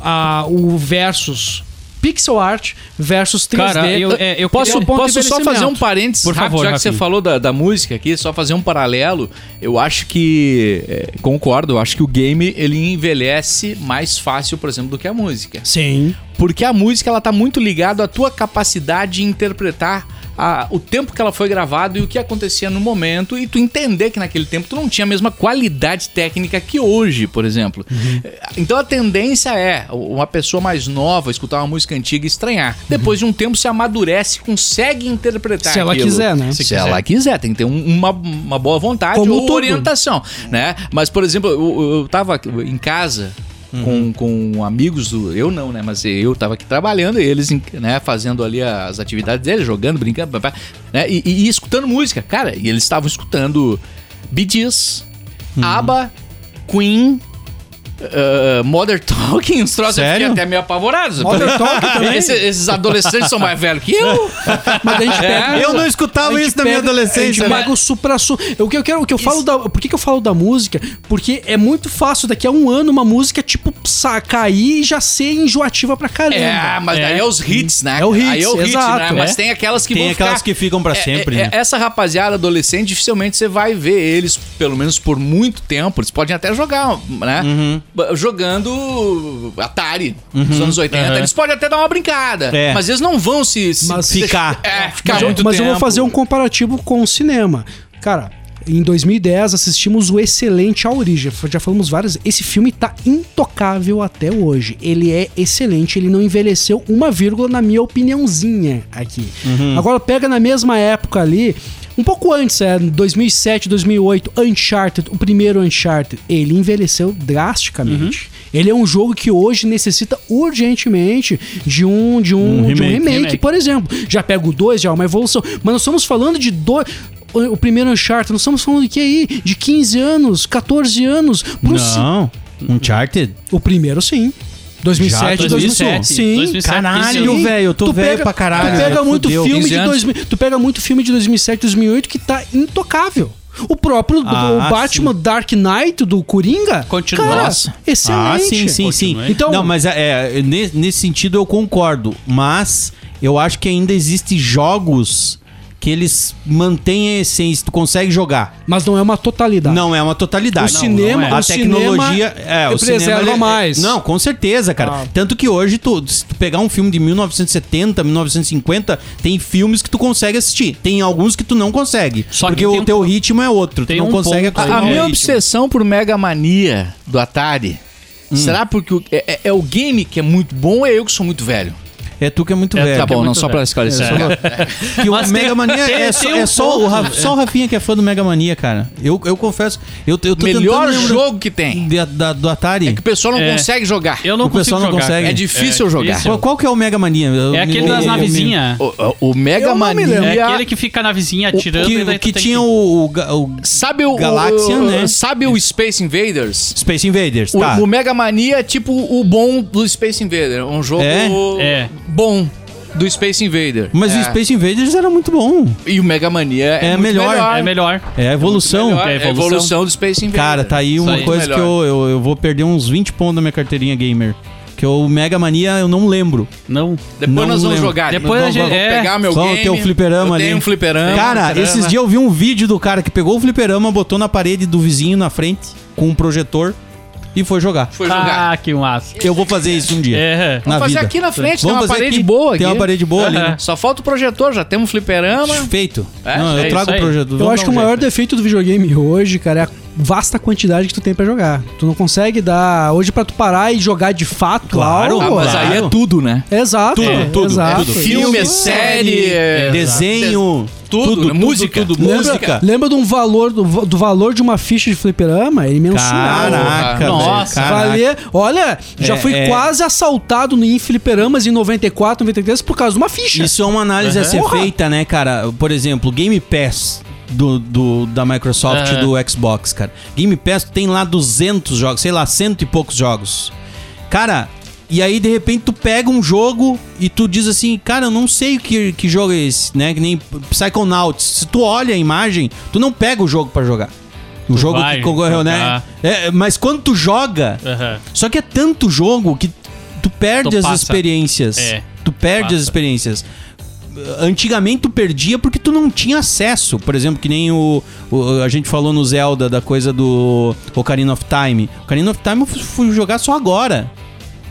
a, o versus pixel art versus 3D.
Cara, eu, é, eu
Posso,
queria-
ponto
posso
de
só fazer um
envelhecimento.
parênteses
Por
rápido,
favor,
já que você
Rafinha.
falou da, da música aqui, só fazer um paralelo. Eu acho que. é, concordo, eu acho que o game ele envelhece mais fácil, por exemplo, do que a música.
Sim.
Porque a música ela tá muito ligada à tua capacidade de interpretar a- o tempo que ela foi gravado e o que acontecia no momento e tu entender que naquele tempo tu não tinha a mesma qualidade técnica que hoje, por exemplo.
Uhum.
Então a tendência é uma pessoa mais nova escutar uma música antiga e estranhar. Depois de um tempo se amadurece, consegue interpretar
Se ela
aquilo.
quiser, né?
Se, ela quiser, tem que ter um- uma, uma boa vontade
Como
ou
tudo.
orientação, né? Mas, por exemplo, eu, eu tava em casa
Uhum.
com, com amigos do... Eu não, né? Mas eu tava aqui trabalhando e eles em- né, fazendo ali as atividades deles, jogando, brincando, pá, pá, né? E, e- e escutando música.
Uhum.
Cara, e eles estavam escutando Bee Gees, ABBA, Queen... ah, Modern Talking, uns troços eu fiquei
Sério?
até meio apavorados.
Modern Talking também?
Esse- esses adolescentes são mais velhos que eu.
É, Mas a
É.
gente pega.
Eu não
A
escutava
gente
Ah, isso na minha
pega- A
adolescência. né?
gente
mas-
pega o supra su... O que eu quero, o que eu falo da, por que, que eu falo da música? Porque é muito fácil daqui a um ano uma música tipo sa- cair e já ser enjoativa pra caramba.
É, mas daí é os hits, né?
É o hit,
Aí é o hit, né?
exato,
Mas
é.
tem aquelas que
Tem
vão
aquelas
ficar-
que ficam pra
É,
sempre,
é,
né?
é, Essa rapaziada adolescente, dificilmente você vai ver eles, pelo menos por muito tempo. Eles podem até jogar, né? B- Jogando Atari nos anos 80. Eles podem até dar uma brincada.
É.
Mas eles não vão se. se
Mas
se-
ficar.
É, ficar
mas, eu-
muito
mas eu vou
tempo.
fazer um comparativo com o cinema. Cara, em 2010 assistimos o excelente A Origem. Já falamos várias. Esse filme tá intocável até hoje. Ele é excelente, ele não envelheceu uma vírgula, na minha opiniãozinha aqui. Agora pega na mesma época ali. Um pouco antes, é 2007, 2008, Uncharted, o primeiro Uncharted, ele envelheceu drasticamente. Ele é um jogo que hoje necessita urgentemente de um de um, de um
remake.
remake,
Remake.
por exemplo, já pega o 2, já é uma evolução. Mas nós estamos falando de dois. O o primeiro Uncharted, nós estamos falando de que aí? De 15 anos, 14 anos. pro ci-
Não, Uncharted?
O primeiro, sim. 2007, 2007.
Já?
2007.
Sim.
2007,
Caralho,
sim.
velho, eu tô velho pra caralho.
Tu pega,
né?
muito
Fudeu.
filme
15
de
anos.
2000, tu pega muito filme de 2007, 2008 que tá intocável. O próprio do-
Ah,
o Batman Dark Knight do Coringa.
Continua.
Cara,
Nossa.
Excelente.
Ah, sim, sim, sim.
Continue.
Então, não, mas é, é, ne- nesse sentido eu concordo, mas eu acho que ainda existem jogos que eles mantêm a essência, tu consegue jogar.
Mas não é uma totalidade.
Não é uma totalidade.
O
Não,
cinema-
não é.
o
a tecnologia
cinema
é, o
preserva
cinema ele-
mais.
Não, com certeza, cara.
Ah.
Tanto que hoje tu, se tu pegar um filme de 1970, 1950, tem filmes que tu consegue assistir, tem alguns que tu não consegue,
Só que
porque
tem
o
um-
teu ritmo é outro, tu
tem
não
um
consegue
ponto
A, a
aí,
acompanhar o
minha
ritmo.
obsessão por Mega Mania do Atari. Será porque o- é, é- é o game que é muito bom ou é eu que sou muito velho?
É tu que é muito velho.
tá
que é
bom, não
muito
só pra
velho.
esclarecer.
Que o Mega Mania
tem-
é,
tem
só,
um
é só,
ponto,
o Ra- só o Rafinha que é fã do Mega Mania, cara. Eu, eu confesso, eu, eu tô
Melhor
tentando lembrar
jogo que tem.
de- da- do Atari.
É que o pessoal não
É.
consegue jogar.
Eu não
O
consigo
pessoal não
jogar.
consegue.
cara.
É difícil jogar.
qual, qual que é o Mega Mania? Eu-
É aquele
eu-
das
eu- eu-
navezinhas.
O, o Mega
Eu não me
Mania.
lembro.
É aquele que fica na vizinha atirando e
Que,
daí tu
que
tem
tinha o, o ga- o
Sabe o.
Galáxia,
o-
né?
Sabe o Space Invaders?
Space Invaders,
O,
tá?
o Mega Mania é tipo o bom do Space Invader. Um jogo
É?
É.
bom do Space Invader.
Mas
É.
o Space Invaders era muito bom.
E o Mega Mania é,
É
muito
melhor.
É melhor.
É a evolução.
Melhor,
é
é a evolução.
evolução
do Space Invader.
Cara, tá aí
Isso
uma
aí.
coisa
Melhor.
que eu, eu, eu vou perder uns 20 pontos da minha carteirinha gamer. Que o Mega Mania eu não lembro.
Não.
Depois
Não
nós vamos
lembro.
jogar.
Depois
Nós
a gente-
vamos
é.
pegar Ah, meu
Só
game.
o teu fliperama
eu
ali.
Tenho um fliperama.
Cara,
fliperama.
esses dias eu vi um vídeo do cara que pegou o fliperama, botou na parede do vizinho na frente com um projetor e foi jogar.
Foi jogar.
Ah, que massa.
Eu vou fazer isso um dia.
É.
Na
Vamos fazer
vida.
aqui na frente, tem
Vamos
uma
fazer
parede boa
Tem
aqui.
uma parede boa ali. né?
Aham.
Só falta o projetor, já temos fliperama.
Feito.
É,
Não,
é
eu trago
isso
o
aí.
projeto.
Eu
um
acho que o maior
né?
defeito do videogame hoje, cara, é a vasta quantidade que tu tem pra jogar. Tu não consegue dar. Hoje, pra tu parar e jogar de fato
Claro,
algo.
Ah, mas
Claro.
aí é tudo, né?
Exato,
Tudo,
é,
tudo,
exato.
tudo.
Filme, série, é,
desenho,
tudo,
tudo,
né? música,
tudo,
Lembra,
música.
lembra de um valor do, do valor de uma ficha de fliperama? É imensurável.
Caraca, velho,
Nossa,
caraca.
Valer, olha, já
É,
fui
é.
quase assaltado em fliperamas em 94, 93 por causa de uma ficha.
Isso é uma análise a ser
Porra.
feita, né, cara? Por exemplo, Game Pass do, do- da Microsoft e do Xbox, cara. Game Pass tem lá 200 jogos, sei lá, cento e poucos jogos. Cara, e aí de repente tu pega um jogo e tu diz assim, cara, eu não sei que, que jogo é esse, né? Que nem Psychonauts. Se tu olha a imagem, tu não pega o jogo pra jogar. O jogo
vai
que concorreu, né?
jogar.
É, mas quando tu joga,
Aham.
só que é tanto jogo que tu perde
Tu
as
passa.
experiências.
É.
Tu perde as
Passa.
experiências. Antigamente tu perdia porque tu não tinha acesso. Por exemplo, que nem o, o- a gente falou no Zelda da coisa do Ocarina of Time. Ocarina of Time eu fu- fui jogar só agora.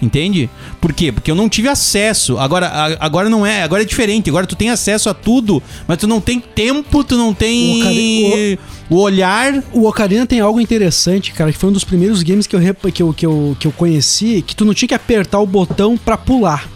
Entende? Por quê? Porque eu não tive acesso. Agora, a- agora não é, agora é diferente. Agora tu tem acesso a tudo, mas tu não tem tempo, tu não tem
O Ocari-
o olhar.
O Ocarina tem algo interessante, cara, que foi um dos primeiros games que eu, rep- que eu, que eu, que eu conheci, que tu não tinha que apertar o botão pra pular.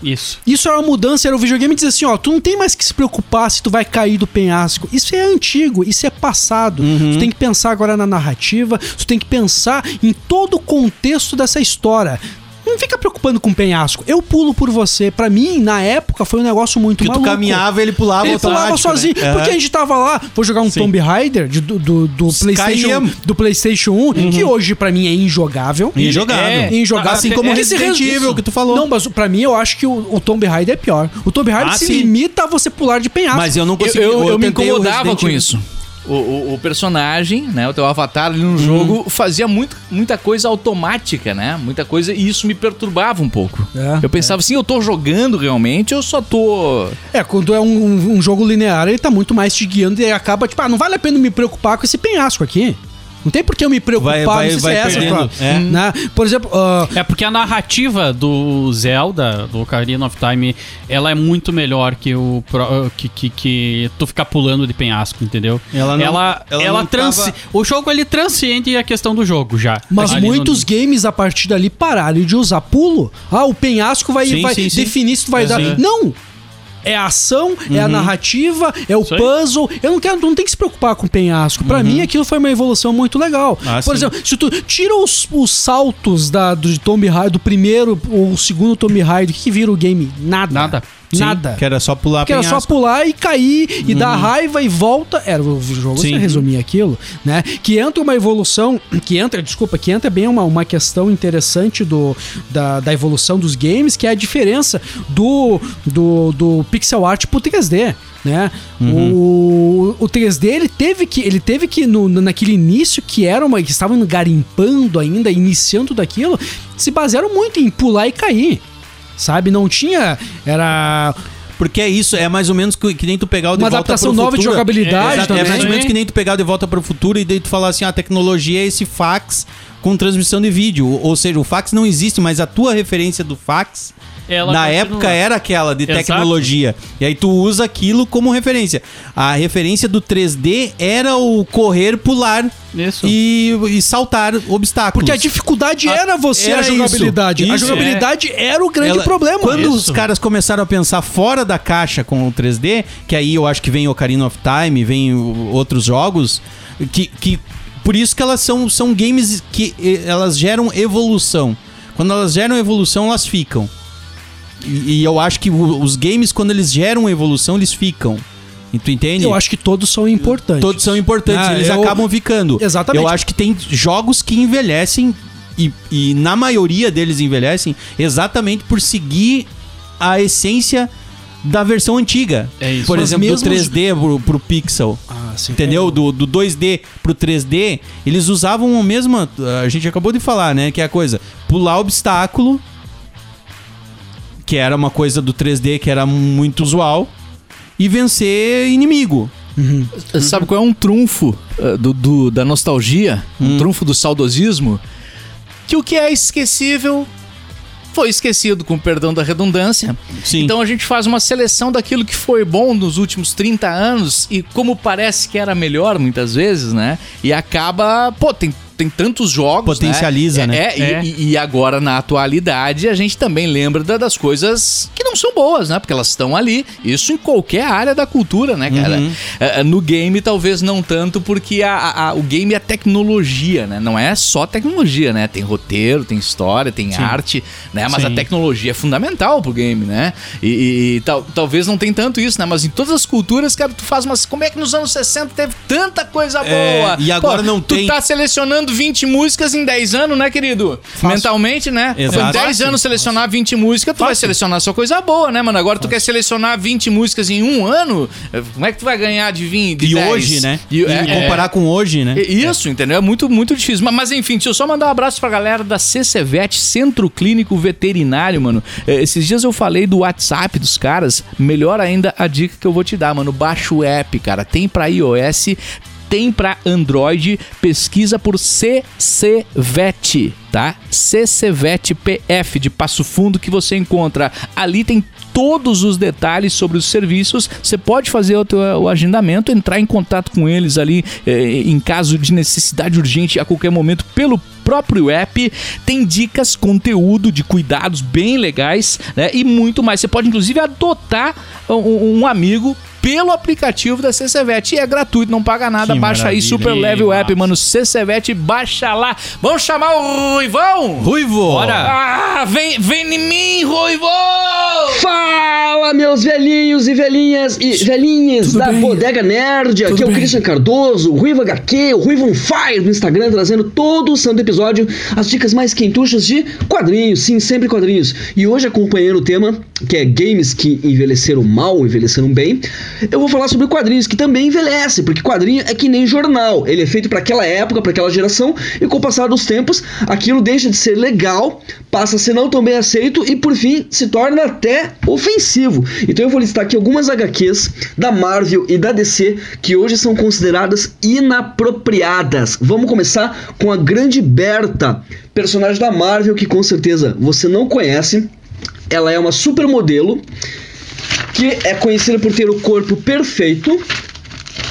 Isso.
Isso era uma mudança, era o videogame dizer assim, ó, tu não tem mais que se preocupar se tu vai cair do penhasco. Isso é antigo, isso é passado.
Uhum.
Tu tem que pensar agora na narrativa, tu tem que pensar em todo o contexto dessa história. Não fica preocupando com penhasco. Eu pulo por você. Pra mim, na época, foi um negócio muito
Que tu
maluco.
caminhava, ele pulava
Ele pulava
automático,
sozinho.
né?
Porque
Aham.
a gente tava lá, vou jogar um
Sim.
Tomb Raider de- do, do, do PlayStation,
Skyrim.
do PlayStation 1, que hoje pra mim é injogável.
Injogável.
um. É, injogável.
Assim como
É,
Resident
esse res-
Evil, que tu falou.
Não, mas pra mim eu acho que o, o Tomb Raider é pior. O Tomb Raider
Ah,
se
sim.
limita a você pular de penhasco.
Mas eu não consegui.
Eu, eu, eu me
tentei o
incomodava
Resident
com
Evil.
isso. O, o- o personagem, né, o teu avatar ali no
Uhum.
jogo, fazia muito, muita coisa automática, né? Muita coisa, e isso me perturbava um pouco.
É,
eu pensava assim, eu tô jogando realmente, eu só tô...
É, quando é um, um- um jogo linear, ele tá muito mais te guiando e acaba, tipo, ah, não vale a pena me preocupar com esse penhasco aqui. Não tem por que eu me preocupar,
Vai-
não
vai-
sei se
vai
é essa,
perdendo,
claro.
é.
Né? Por exemplo, ah,
É porque a narrativa do Zelda, do Ocarina of Time, ela é muito melhor que o pro- que, que, que tu ficar pulando de penhasco, entendeu?
Ela não-
ela,
ela
ela
não
trans-
tava-
o jogo ele transcende a questão do jogo já.
mas
Ali
muitos
no-
games a partir dali pararam de usar pulo. Ah, o penhasco vai,
Sim,
vai
sim, sim.
definir se tu vai
É,
dar.
sim. Uhum.
Não! É a ação, é a narrativa, é o
Isso aí. Uhum.
puzzle. Eu não quero, tu não tem que se preocupar com o penhasco. Pra mim, aquilo foi uma evolução muito legal.
Ah,
Por
sim.
exemplo, se tu tira os, os saltos da, do Tomb Raider, do primeiro ou o segundo Tomb Raider, o que, que vira o game? Nada.
Nada.
Sim,
Nada.
Que era só pular
Que era só
penhasco. Uhum.
pular e cair e dar raiva e volta. Era o jogo,
Sim.
você resumia aquilo, né? Que entra uma evolução, que entra, desculpa, que entra bem uma, uma questão interessante do, da, da evolução dos games, que é a diferença do, do, do pixel art pro 3D. Né?
Uhum.
O, o 3D ele teve que ele teve que no, naquele início que era uma que estavam garimpando ainda iniciando daquilo se basearam muito em pular e cair sabe não tinha era
Porque é isso, é mais ou menos que, que nem tu pegar o de
uma
volta
adaptação
pro
nova é de
Futuro.
jogabilidade
Exato,
também. né?
É mais ou menos
Sim.
que nem tu pegar o de volta pro futuro e daí tu falar assim, ah, a tecnologia é esse fax com transmissão de vídeo. Ou, ou seja, o fax não existe, mas a tua referência do fax
Ela
na
continua.
época é era aquela de
Exato.
tecnologia. E aí tu usa aquilo como referência. A referência do 3D era o correr, pular
Isso.
e, e saltar obstáculos.
Porque a dificuldade
A-
era você
era
a jogabilidade.
isso,
a
isso, É.
jogabilidade era o grande
Ela-
problema.
Quando os
Isso.
caras começaram a pensar fora da caixa com o 3D, que aí eu acho que vem Ocarina of Time, vem o- outros jogos, que, que por isso que elas são, são games que eh, elas geram evolução. Quando elas geram evolução, elas ficam. E, e eu acho que o- os games, quando eles geram evolução, eles ficam. E tu entende?
Eu acho que todos são importantes.
Todos são importantes,
Ah,
eles
eu-
acabam ficando.
Exatamente.
Eu acho que tem jogos que envelhecem e, e na maioria deles envelhecem exatamente por seguir a essência da versão antiga.
É isso.
Por
Mas
exemplo,
mesmo
do 3D pro, pro pixel.
Ah, sim.
Entendeu? Do, do 2D pro 3D, eles usavam a mesma. A gente acabou de falar, né? Que é a coisa: pular obstáculo, que era uma coisa do 3D que era muito usual, e vencer inimigo. Uhum.
Sabe qual é um trunfo eh, do, do- da nostalgia? Um
Hum.
trunfo do saudosismo? Que o que é esquecível foi esquecido, com o perdão da redundância.
Sim.
Então a gente faz uma seleção daquilo que foi bom nos últimos 30 anos e como parece que era melhor muitas vezes, né? E acaba, pô, tem, tem tantos jogos.
Potencializa, né?
É, é,
É.
E, e agora na atualidade a gente também lembra da- das coisas que não são boas, né? Porque elas estão ali. Isso em qualquer área da cultura, né, cara?
Uhum.
É, é, no game talvez não tanto, porque a- a- a- o game é tecnologia, né? Não é só tecnologia, né? Tem roteiro, tem história, tem arte, né? Mas a
Sim.
tecnologia é fundamental pro game, né? E, e- e tal- talvez não tem tanto isso, né? Mas em todas as culturas, cara, tu faz umas. Como é que nos anos 60 teve tanta coisa
É,
boa?
e agora não
tu
tem.
tá selecionando 20 músicas em 10 anos, né, querido? Mentalmente, né?
Exato.
Foi 10 anos selecionar 20 músicas, tu vai selecionar só coisa boa, né, mano? Agora tu quer selecionar 20 músicas em um ano, eh, como é que tu vai ganhar de 20? De
E
10?
hoje, né?
E,
E,
é,
comparar com hoje, né?
é, Isso, entendeu? É muito, muito difícil. Mas, mas, enfim, deixa eu só mandar um abraço pra galera da CCVET, Centro Clínico Veterinário, mano. Eh, Esses dias eu falei do WhatsApp dos caras. Melhor ainda a dica que eu vou te dar, mano. Baixa o app, cara. Tem pra iOS, tem pra Android. Pesquisa por CCVET, tá? CCVET PF de Passo Fundo que você encontra. Ali tem todos os detalhes sobre os serviços. Você pode fazer o, teu, o agendamento, entrar em contato com eles ali eh, em caso de necessidade urgente a qualquer momento pelo próprio app. Tem dicas, conteúdo de cuidados bem legais né, e muito mais. Você pode inclusive adotar um, um amigo pelo aplicativo da CCVET. E é gratuito, não paga nada.
Que
baixa aí,
maravilha,
super
hein,
level app,
massa.
mano. CCVET, baixa lá. Vamos chamar o Ruivão?
Ruivo!
Bora!
Ah, vem, vem em mim, Ruivão!
Fala, meus velhinhos e velhinhas e velhinhas da Bodega Nerd. Aqui é o Christian Cardoso, o Ruivo HQ, o Ruivo on Fire no Instagram, trazendo todo o santo episódio as dicas mais quentuchas de quadrinhos, sim, sempre quadrinhos. E hoje, acompanhando o tema, que é games que envelheceram mal, envelheceram bem, eu vou falar sobre quadrinhos que também envelhecem, porque quadrinho é que nem jornal. Ele é feito para aquela época, para aquela geração, e com o passar dos tempos, aquilo deixa de ser legal, passa a ser não tão bem aceito e por fim se torna até ofensivo. Então eu vou listar aqui algumas HQs da Marvel e da DC que hoje são consideradas inapropriadas. Vamos começar com a grande Berta, personagem da Marvel que com certeza você não conhece. Ela é uma supermodelo que é conhecida por ter o corpo perfeito,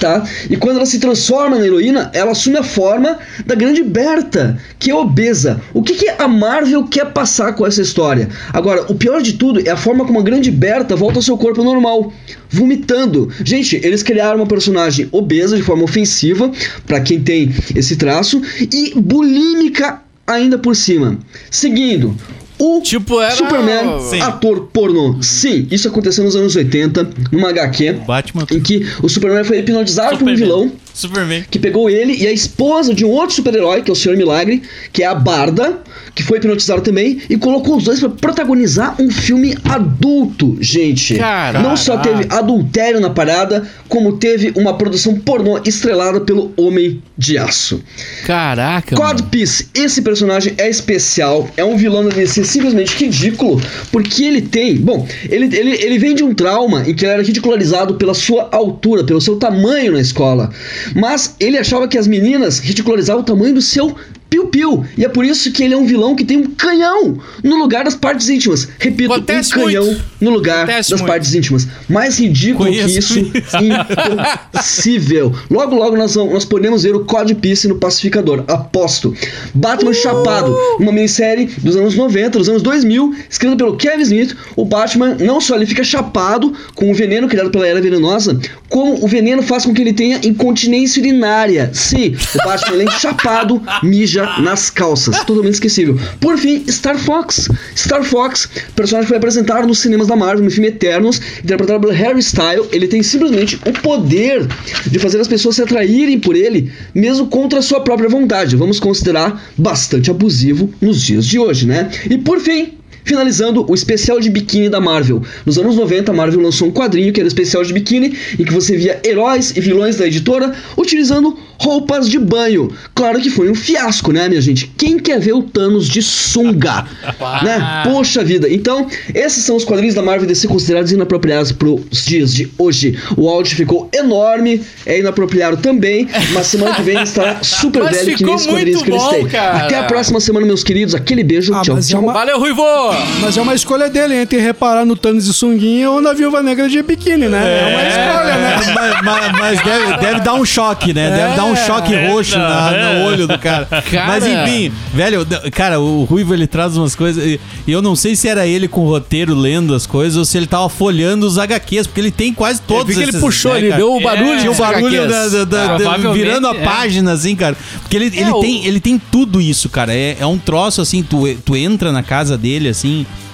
tá? E quando ela se transforma na heroína, ela assume a forma da grande Berta, que é obesa. O que, que a Marvel quer passar com essa história? Agora, o pior de tudo é a forma como a grande Berta volta ao seu corpo normal, vomitando. Gente, eles criaram uma personagem obesa de forma ofensiva, pra quem tem esse traço, e bulímica ainda por cima. Seguindo, o
Tipo, era...
Superman,
Sim.
ator pornô. Sim, isso aconteceu nos anos 80, numa HQ,
Batman.
em que o Superman foi hipnotizado por um vilão
Superman.
que pegou ele e a esposa de um outro super-herói, que é o Senhor Milagre, que é a Barda, que foi hipnotizada também, e colocou os dois pra protagonizar um filme adulto, gente.
Caraca.
Não só teve adultério na parada, como teve uma produção pornô estrelada pelo Homem de Aço.
Caraca,
Quad Piece, esse personagem é especial, é um vilão da DC simplesmente ridículo, porque ele tem. Bom, ele, ele, ele vem de um trauma em que ele era ridicularizado pela sua altura, pelo seu tamanho na escola. Mas ele achava que as meninas ridicularizavam o tamanho do seu piu-piu. E é por isso que ele é um vilão que tem um canhão no lugar das partes íntimas. Repito,
Acontece
um canhão
muito.
no lugar
Acontece
das
muito.
partes íntimas. Mais ridículo que
Conheço.
isso, impossível. Logo, logo nós, vamos- nós podemos ver o Cod Piece no Pacificador, aposto.
Uh!
Batman Chapado, uma minissérie dos anos 90, dos anos 2000, escrita pelo Kevin Smith. O Batman não só ele fica chapado com o veneno criado pela Era Venenosa, como o veneno faz com que ele tenha incontinência urinária. Sim, o Batman além de chapado, mija nas calças. Totalmente esquecível. Por fim, Star Fox. Star Fox, personagem que foi apresentado nos cinemas da Marvel no filme Eternos, interpretado pelo Harry Styles. Ele tem simplesmente o poder de fazer as pessoas se atraírem por ele, mesmo contra a sua própria vontade. Vamos considerar bastante abusivo nos dias de hoje, né? E por fim, Finalizando o especial de biquíni da Marvel. Nos anos 90, a Marvel lançou um quadrinho que era especial de biquíni, em que você via heróis e vilões da editora utilizando roupas de banho. Claro que foi um fiasco, né, minha gente? Quem quer ver o Thanos de sunga? né? Poxa vida. Então, esses são os quadrinhos da Marvel DC considerados inapropriados para os dias de hoje. O áudio ficou enorme, é inapropriado também, mas semana que vem estará super
Mas
velho que
ficou
nem esses quadrinhos
muito
que eu
bom,
listei.
cara.
Até a próxima semana, meus queridos. Aquele beijo.
Ah,
tchau,
mas é
tchau.
uma-
Valeu, Ruivô!
Mas é uma escolha dele, entre reparar no Thanos de sunguinha ou na Viúva Negra de biquíni, né? É, uma escolha, né?
mas mas- mas deve, deve dar um choque, né? Deve dar um choque roxo na- no olho do É. cara.
Cara.
Mas enfim, velho, d- cara, o Ruivo ele traz umas coisas. E e eu não sei se era ele com o roteiro lendo as coisas ou se ele tava folhando os HQs, porque ele tem quase todos.
que ele
esses,
puxou
né,
ali,
cara?
deu o barulho
Tinha o
dos
barulho
HQs.
da, da- da- da-
é, Provavelmente,
virando a
é.
página, assim, cara. Porque ele, ele,
o-
tem, ele tem tudo isso, cara. É, é um troço, assim, tu, tu entra na casa dele, assim,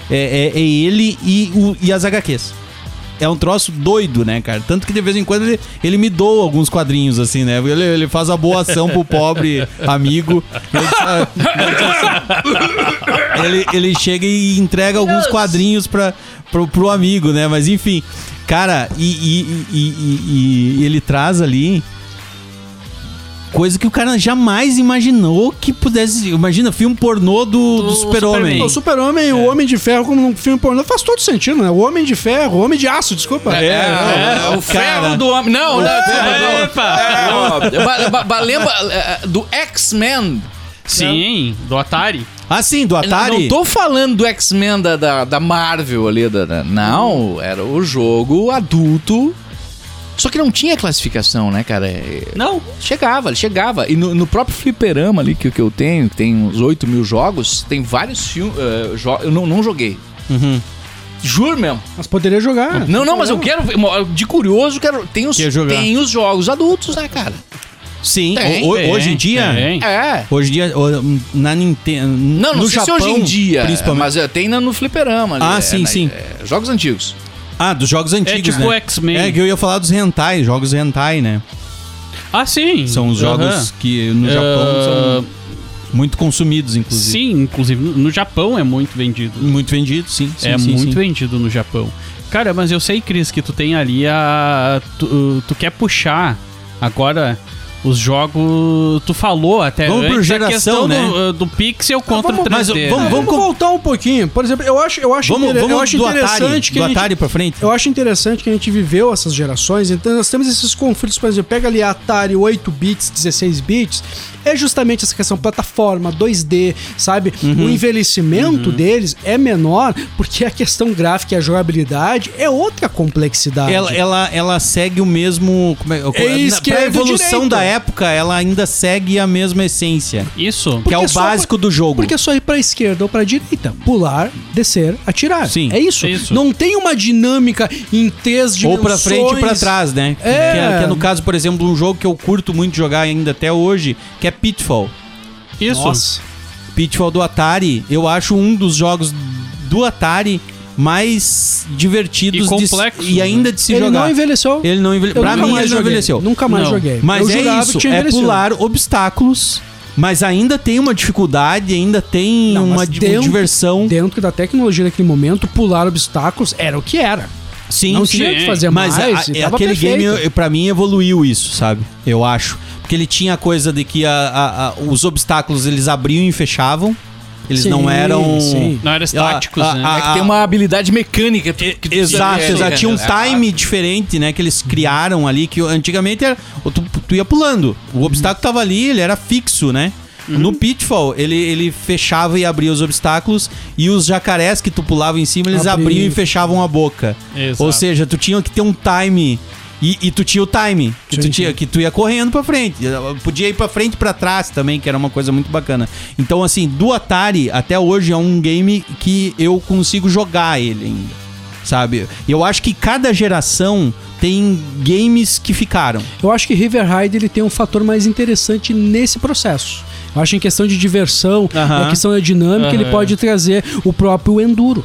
é, é- é ele e, o- e as HQs. É um troço doido, né, cara? Tanto que de vez em quando ele, ele me doa alguns quadrinhos, assim, né? Ele, ele faz a boa ação pro pobre amigo. Ele, só- ele, ele chega e entrega alguns quadrinhos pra, pro, pro amigo, né? Mas enfim, cara, e, e- e- e- e ele traz ali coisa que o cara jamais imaginou que pudesse. Imagina, filme pornô do, do Super-Homem.
O Super-Homem e
É.
o Homem de Ferro, como um filme pornô, faz todo sentido, né? O Homem de Ferro, o Homem de Aço, desculpa.
É, o ferro
cara.
do homem. Não, não, não, não.
Epa!
É, ba- ba- ba- Lembra é, do X-Men?
Sim, do Atari.
Ah, sim, do Atari.
Não não tô falando do X-Men da, da, da Marvel ali. Da, da- não, era o jogo adulto. Só que não tinha classificação, né, cara? É,
Não.
Chegava, ele chegava. E no, no próprio fliperama ali que, que eu tenho, eh,
Uhum.
que tem uns 8 mil jogos, tem vários filmes. eu não, não joguei. Juro mesmo.
Mas poderia jogar.
Não, não, mas eu quero. ver- De curioso, quero. Tem os,
Quer jogar.
tem os jogos adultos, né, cara?
Sim,
Tem,
ho- ho- hoje em dia.
Tem.
É.
Hoje em dia, ho- na Nintendo.
Não, não
no
sei
Japão,
se hoje em dia.
Principalmente.
Mas é, tem na- no Fliperama. ali,
Ah,
é,
sim,
na-
sim.
é, jogos antigos.
Ah, dos
É
jogos antigos,
tipo
né?
X-Men.
É que eu ia falar dos hentai, jogos hentai, né?
Ah, sim.
São os jogos
Aham.
que no Japão
Ah,
são muito consumidos, inclusive.
Sim, inclusive no no Japão é muito vendido.
Muito vendido, sim. sim,
é
sim,
muito
sim.
vendido no Japão. Cara, mas eu sei, Cris, que tu tem ali a. Tu, tu quer puxar agora os jogos. Tu falou até.
Vamos por
antes a
geração,
questão
né?
do, do Pixel contra
vamos-
o 3D.
mas
né?
Vamos,
Vamos com-
voltar um pouquinho. Por exemplo, eu acho, eu acho,
Vamos,
inter-
vamos
eu acho
do
interessante
Atari,
que
do
a gente-
Atari pra frente?
Eu acho interessante que a gente viveu essas gerações, então nós temos esses conflitos, por exemplo, pega ali a Atari 8 bits, 16 bits, é justamente essa questão plataforma, 2D, sabe?
Uhum.
O envelhecimento deles é menor porque a questão gráfica e a jogabilidade é outra complexidade.
Ela, ela, ela segue o mesmo. Como é,
isso
na-
que
pra
é do
evolução
direito.
da época, ela ainda segue a mesma essência.
Isso.
que é o
só
básico do jogo.
Porque é só ir pra esquerda ou pra direita. Pular, descer, atirar.
Sim,
É isso.
é isso.
Não tem uma dinâmica em três dimensões.
Ou pra frente e pra trás, né?
É.
Que, é, que é no caso, por exemplo, um jogo que eu curto muito jogar ainda até hoje, que é Pitfall.
Isso.
Nossa.
Pitfall do Atari, eu acho um dos jogos do Atari mais divertidos
E complexos, né?
de, se- e ainda de se
ele
jogar.
não envelheceu.
Ele não envelheceu.
Eu
Pra
nunca
mim,
mais
ele não
joguei.
envelheceu.
Nunca mais
Não.
joguei.
Mas
Eu
é
jurava
isso,
que tinha
é
envelhecido.
pular obstáculos, mas ainda tem uma dificuldade, ainda tem
Não, mas um
uma di-
dentro-
diversão.
Dentro da tecnologia daquele momento, pular obstáculos era o que era.
Sim,
não
sim.
tinha o que fazer
mas a-
mais. e
a-
tava
aquele
perfeito.
game, eu- pra mim, evoluiu isso, sabe? Eu acho. Porque ele tinha a coisa de que a- a- a- os obstáculos eles abriam e fechavam. Eles
Sim,
não eram.
sim.
Não eram estáticos,
a-
né?
a-
É que tem uma habilidade mecânica. tu- que tu precisa
Ah, Exato,
ter,
exato.
né,
Tinha um
cara?
time diferente, né? Que eles criaram ali, que antigamente era. Tu, tu ia pulando. O obstáculo tava ali, ele era fixo, né?
Uhum.
No Pitfall, ele, ele fechava e abria os obstáculos, e os jacarés que tu pulava em cima, eles
Abriam.
abriam e fechavam a boca.
Exato.
Ou seja, tu tinha que ter um time. E, e tu tinha o time, que tu, tinha, que tu ia correndo pra frente. Podia ir pra frente e pra trás também, que era uma coisa muito bacana. Então, assim, do Atari até hoje é um game que eu consigo jogar ele ainda. Sabe? E eu acho que cada geração tem games que ficaram.
Eu acho que River Raid ele tem um fator mais interessante nesse processo. Eu acho que em questão de diversão,
Aham.
em questão da dinâmica, ele pode trazer o próprio enduro.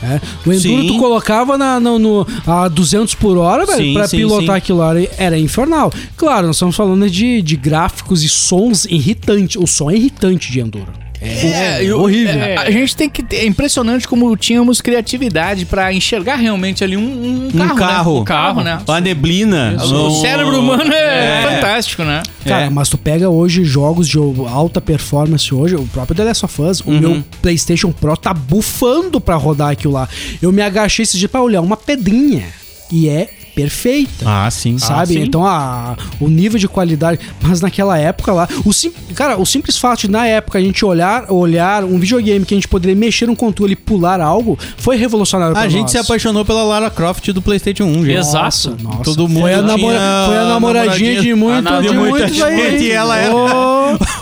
né? O enduro
Sim.
tu colocava na, no, no- a 200 por hora velho,
Sim,
pra
sim,
pilotar
sim.
aquilo lá, era infernal. Claro, nós estamos falando de, de gráficos e sons irritantes. O som é irritante de enduro.
É, eu-
horrível.
é, a gente tem que. ter- É impressionante como tínhamos criatividade pra enxergar realmente ali um, um carro.
um carro.
Né? Um carro, né?
A neblina.
O cérebro humano é,
É.
fantástico, né?
Cara,
É.
mas tu pega hoje jogos de alta performance hoje, o próprio The Last of Us, o
Uhum.
meu PlayStation Pro tá bufando pra rodar aquilo lá. Eu me agachei esse dia pra olhar uma pedrinha e é perfeita.
Ah, sim.
Sabe?
Ah, sim.
então a, o nível de qualidade. Mas naquela época lá. O sim, cara, o simples fato de na época a gente olhar, olhar um videogame que a gente poderia mexer um controle e pular algo foi revolucionário pra
A gente
nós.
se apaixonou pela Lara Croft do PlayStation 1, gente.
Exato.
Nossa, nossa.
Todo mundo
foi a,
tinha
namora- foi
Ah,
a namoradinha de muito,
namorada
de
de
muito,
muita
gente, e ela é- era-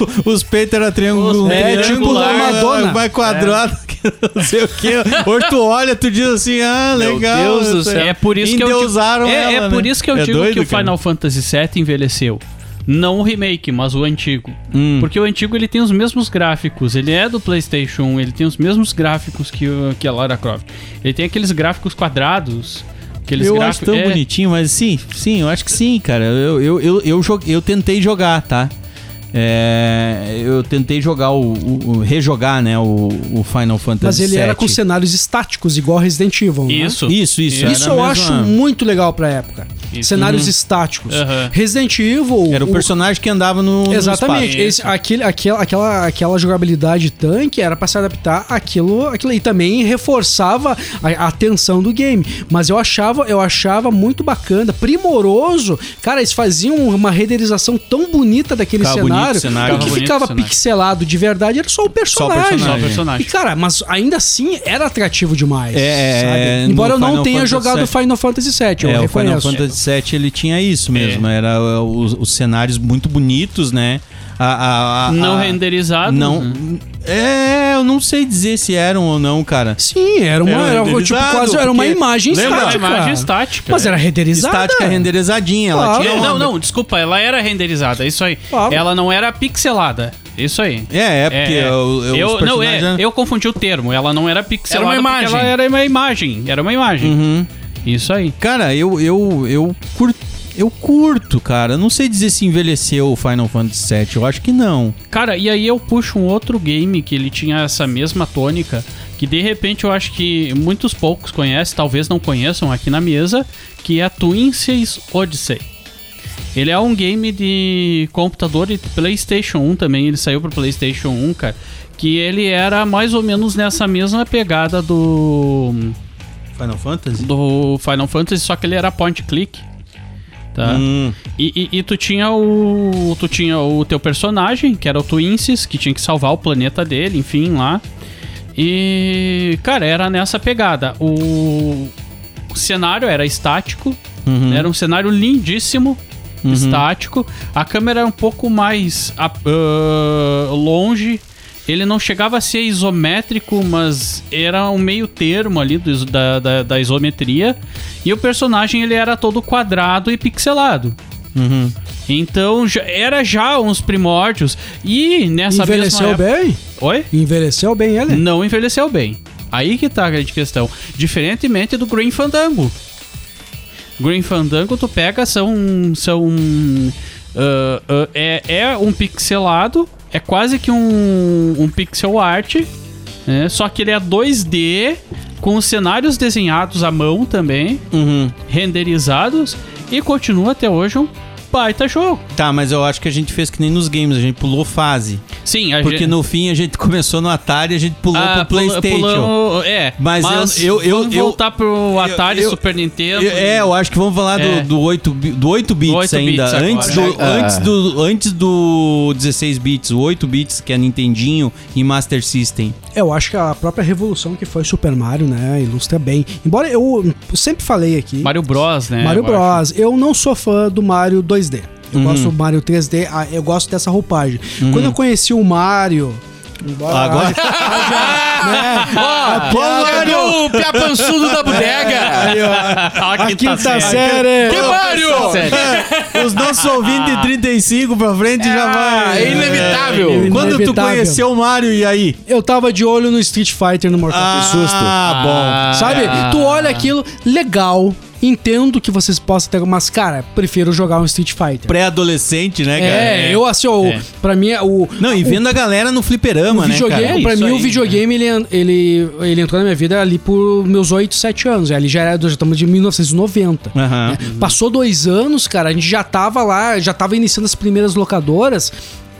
Os peitos eram triangular.
É, tipo da Madonna.
Mais quadrado, que É. não sei o quê. Hoje tu olha, tu diz assim, ah,
Meu
legal.
Deus do
isso
céu.
aí.
É por isso que eu digo,
Endeusaram
é,
ela,
é por
né?
isso que eu
É
digo que
doido,
o
cara.
Final Fantasy VII envelheceu. Não o remake, mas o antigo.
Hum.
Porque o antigo ele tem os mesmos gráficos. Ele é do PlayStation 1, ele tem os mesmos gráficos que, o- que a Lara Croft. Ele tem aqueles gráficos quadrados. Aqueles
Eu
gráficos,
acho tão
é,
bonitinho, mas sim, sim, eu acho que sim, cara. Eu, eu, eu, eu, jo- eu tentei jogar, tá? É, eu tentei jogar o, o- o- rejogar, né, o, o Final Fantasy
Mas ele era com
VII.
cenários estáticos, igual Resident Evil. né?
Isso.
Isso, isso. é. era
Isso eu
mesmo a-
acho muito legal pra época. Cenários estáticos.
uhum. Aham.
Resident Evil.
Era o personagem que andava no no
Exatamente.
espaço.
Esse- aquele, aquela, aquela, aquela jogabilidade tanque era pra se adaptar àquilo, àquilo e também reforçava a, a tensão do game. Mas eu achava, eu achava muito bacana, primoroso. Cara, eles faziam uma renderização tão bonita daquele
Ficava bonito
cenário.
o cenário.
O que
Ficava bonito
ficava
o cenário.
pixelado de verdade era só o personagem.
personagem.
Só o
E
personagem.
cara, mas ainda assim era atrativo demais.
É, é,
sabe? Embora eu
no
não
Final
tenha
Fantasy
jogado
VII.
Final Fantasy VII, eu
é, o Final
reconheço.
É.
Fantasy VII ele tinha isso mesmo. Era uh, os, os cenários muito bonitos, né? a- a- a-
Não
a-
renderizado.
ah, Não.
Uhum.
É, eu não sei dizer se eram ou não, cara.
Sim, era uma,
Era
era, tipo,
renderizado,
quase, era uma
porque-
imagem
Lembra?
Uma
estática.
imagem estática.
Mas era renderizada.
Estática renderizadinha, ela
Claro.
tinha.
É,
uma-
não, não, desculpa, ela era renderizada, isso aí.
Claro.
Ela não era pixelada, isso aí.
É, é, porque eu, eu, os
não, é,
personagens né? eram-
eu confundi o termo, ela não era pixelada,
Era uma
porque
imagem.
ela era uma imagem, era uma imagem.
Uhum.
Isso aí.
Cara, eu, eu, eu curto. Eu curto, cara. Eu Não sei dizer se envelheceu o Final Fantasy VII. Eu acho que não.
Cara, e aí eu puxo um outro game que ele tinha essa mesma tônica, que de repente eu acho que muitos poucos conhecem, talvez não conheçam aqui na mesa, que é a Twin Cities Odyssey. Ele é um game de computador e PlayStation 1 também, ele saiu pro PlayStation 1, cara, que ele era mais ou menos nessa mesma pegada do
Final Fantasy?
do Final Fantasy, só que ele era point and click. Tá?
Hum.
E, e- e tu tinha o. Tu tinha o teu personagem, que era o Twinces, que tinha que salvar o planeta dele, enfim, lá. E. Cara, era nessa pegada. O, o cenário era estático.
Uhum.
né? Era um cenário lindíssimo. Estático. A câmera era um pouco mais a- ah, longe. Ele não chegava a ser isométrico, mas era um meio termo ali do iso- da, da, da isometria. E o personagem ele era todo quadrado e pixelado.
Uhum.
Então já- era já uns primórdios. E nessa
Envelheceu
mesma época...
bem?
Oi?
Envelheceu bem ele?
Não envelheceu bem. Aí que tá a grande questão. Diferentemente do Green Fandango. Green Fandango, tu pega, são. são ah, ah, é, é um pixelado, é quase que um, um pixel art, né? só que ele é 2D, com os cenários desenhados à mão também,
Uhum.
renderizados, e continua até hoje um baita jogo.
Tá, mas eu acho que a gente fez que nem nos games, a gente pulou fase.
Sim, a
Porque
gente-
no fim a gente começou no Atari e a gente pulou pro
Ah, pula-
PlayStation.
pulamos- é,
Mas eu- eu- eu-
vamos
eu-
voltar pro Atari,
eu-
Super Nintendo.
Eu- É, eu acho que vamos falar
É.
do, do 8, bi- do 8 bits
Do 8 bits
ainda.
agora.
antes, do,
Ah.
antes, do, antes do 16 bits, o 8 bits, que é Nintendinho e Master System.
Eu acho que a própria revolução que foi Super Mario, né, ilustra bem. Embora eu sempre falei aqui,
Mario Bros, né?
Mario
eu acho.
Bros, eu não sou fã do Mario 2D. Eu gosto do Mario 3D, ah, eu gosto dessa roupagem. Quando eu conhaci o Mario, embora
Agora-
haja-
É.
né, a piada-
Mário, pia pançudo da bodega.
Ah,
a
que tá
quinta
certo.
série.
Que
tá
Mário?
É, Os nossos ouvintes de 35 pra frente já
Ah,
vai.
é inevitável.
É, Quando tu
Inevitável.
conheceu o Mario e aí?
Eu tava de olho no Street Fighter no Mortal Kombat.
Ah, bom.
Sabe? Tu olha aquilo, legal. Entendo que vocês possam ter, mas, cara, prefiro jogar um Street Fighter.
Pré-adolescente, né, cara?
é, eu assim, ó,
É.
pra mim, o.
Não, e
o
vendo a galera no
o
fliperama, né,
videogame,
cara?
É
pra
isso
mim, o
aí,
videogame, ele, ele, ele entrou na minha vida ali por meus 8, 7 anos. Ali já era, já estamos de 1990.
Aham.
né? Passou dois anos, cara, a gente já tava lá, já tava iniciando as primeiras locadoras,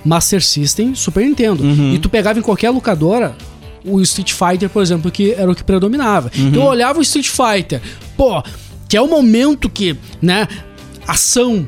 Master System, Super Nintendo. E tu pegava em qualquer locadora o Street Fighter, por exemplo, que era o que predominava. Então eu olhava o Street Fighter, pô, que é o momento que, né, ação.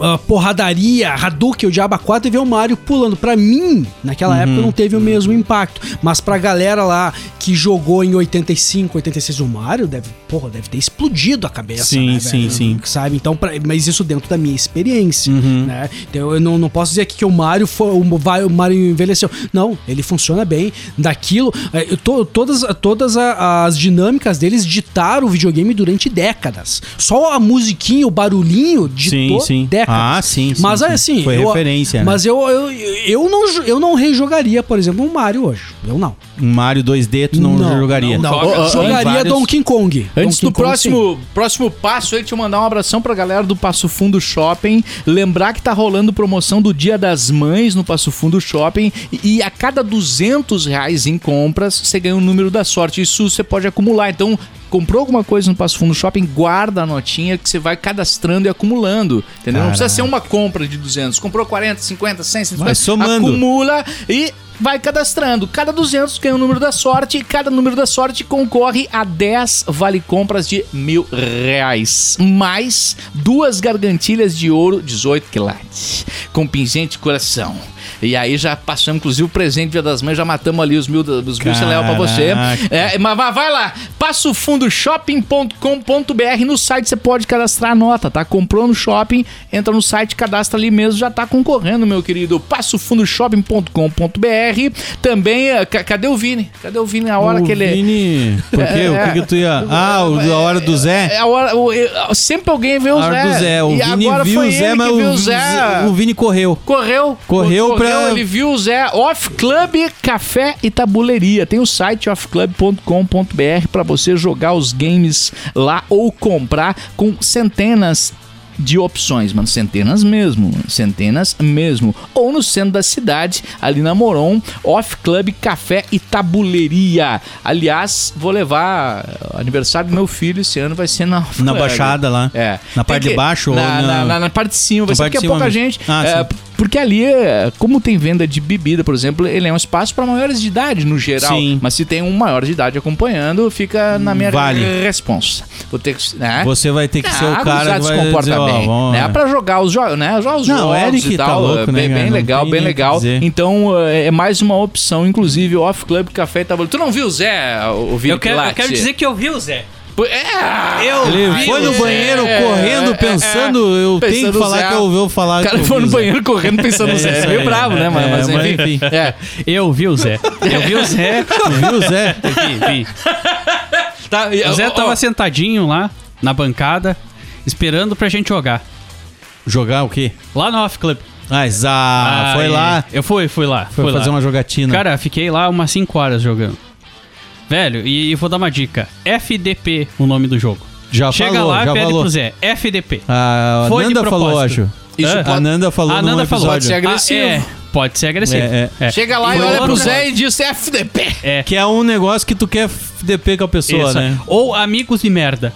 ah, porradaria, Hadouken, o Diaba 4 e ver o Mario pulando. Pra mim, naquela
Uhum.
época não teve o mesmo impacto. Mas pra galera lá que jogou em 85, 86, o Mario deve, porra, deve ter explodido a cabeça cabeça,
Sim,
né,
sim,
velho?
sim. Uhum.
Sabe? Então, pra- mas isso dentro da minha experiência, né? Então eu não, não posso dizer aqui que o Mario foi, o, vai- o Mario envelheceu. Não, ele funciona bem. Daquilo, é, eu to- todas, todas a- as dinâmicas deles ditaram o videogame durante décadas. Só a musiquinha, o barulhinho ditou
Sim, sim.
décadas.
Ah, sim, sim,
Mas
sim.
assim,
Foi
eu,
referência, né?
Mas eu, eu, eu não jo- eu não rejogaria, por exemplo, o Mario hoje. Eu não.
Um Mario 2D tu não, jogaria.
Não,
Joga-
não. jogaria
vários-
Donkey Kong.
Antes
Donkey
do
Kong, sim.
próximo, próximo passo, eu te mandar um abração pra galera do Passo Fundo Shopping. Lembrar que tá rolando promoção do Dia das Mães no Passo Fundo Shopping. E, e a cada 200 reais em compras, você ganha um número da sorte. Isso você pode acumular. Então, comprou alguma coisa no Passo Fundo Shopping, guarda a notinha que você vai cadastrando e acumulando. Entendeu? Não precisa ser uma compra de 200. Comprou 40, 50, 100, 150.
Vai somando.
Acumula e vai cadastrando. Cada 200 ganha o número da sorte. Cada número da sorte concorre a 10 vale compras de mil reais. Mais duas gargantilhas de ouro 18 quilates. Com pingente de coração. E aí já passamos, inclusive, o presente do Dia das Mães. Já matamos ali os mil, os mil
Caraca.
É, celéu pra você. É, mas, mas vai lá. Passa o mundoshopping.com.br. No site você pode cadastrar a nota, tá? Comprou no shopping, entra no site, cadastra ali mesmo, já tá concorrendo, meu querido. Passofundoshopping.com.br. Também, eh, ca- cadê o Vini? Cadê o Vini? A hora
o
que ele.
Vini, por quê?
É,
o que, que tu ia. Ah, o, a hora do Zé?
É a hora, o- eu- sempre alguém vê o
a hora
Zé.
do Zé. O
e
Vini
agora
viu
foi
o
ele
Zé,
que
mas
viu
o,
o Zé.
o Vini correu.
Correu.
Correu pra-
Ele viu o Zé. Off Club Café e Tabuleiria. Tem o site offclub.com.br pra você jogar os games lá ou comprar com centenas de opções, mano, centenas mesmo, centenas mesmo. Ou no centro da cidade, ali na Moron, Off Club Café e Tabuleiria. Aliás, vou levar aniversário do meu filho esse ano vai ser na Off
Na
Club.
baixada lá.
É.
Na
Tem
parte de
que-
baixo ou
Na,
na-
na, na- na parte de cima, vai
Na
ser
parte
porque é
de cima
pouca
mesmo.
gente.
Ah,
é,
sim.
p- porque ali, é, como tem venda de bebida, por exemplo, ele é um espaço para maiores de idade no geral.
Sim.
Mas se tem um maior de idade acompanhando, fica na minha
Vale.
responsa. Vou ter que. Né?
Você vai ter que ser o cara que
se
vai
comporta
dizer, ó,
bem,
vamos
né?
lá.
Pra jogar os jogos, né? Jogar os
Não,
jogos
o Eric
e
tá
tal, é
louco, né,
bem,
cara?
bem
Não
legal,
tem
bem
nem o que
legal.
dizer.
Então, é é mais uma opção, inclusive, Off Club Café e Tabuleiro. Tu não viu o Zé, o Vini
Eu quero, eu
Pilate?
quero dizer que eu vi o Zé.
É!
Eu
Ele
vi
foi
o
no
Zé.
banheiro correndo, pensando, eu
Pensando
tenho que falar
Zé.
que eu ouviu falar.
O
que
cara
eu
foi
vi
no
o Zé.
banheiro correndo pensando no Zé. É meio bravo, né, mano?
É,
Mas
mas
enfim.
enfim.
É.
Eu vi o Zé. Eu vi o Zé.
Tu viu, Zé?
Vi, vi.
Tá, e-
O Zé
ó,
tava
ó,
sentadinho lá na bancada, esperando pra gente jogar.
Jogar o quê?
Lá no Off Club.
Ah, exa... foi
Aí,
lá.
Eu fui, fui lá.
Foi,
fui
fazer
lá.
uma né? jogatina.
Cara, fiquei lá umas 5 horas jogando. Velho, e, e vou dar uma dica. FDP, o nome do jogo.
já
Chega
falou,
lá,
já
pede
falou. Ah,
pro Zé. FDP.
A
Foi de
Nanda falou,
propósito.
acho.
Isso
a
pode-
Nanda falou
a Nanda
num
falou.
Pode
episódio.
ser agressivo.
Ah, é, pode ser agressivo.
É,
É.
Chega lá e
Foi
olha
outro
pro
lado.
Zé e diz FDP.
É.
Que é um negócio que tu quer FDP com a pessoa,
Isso.
né?
Ou amigos de merda.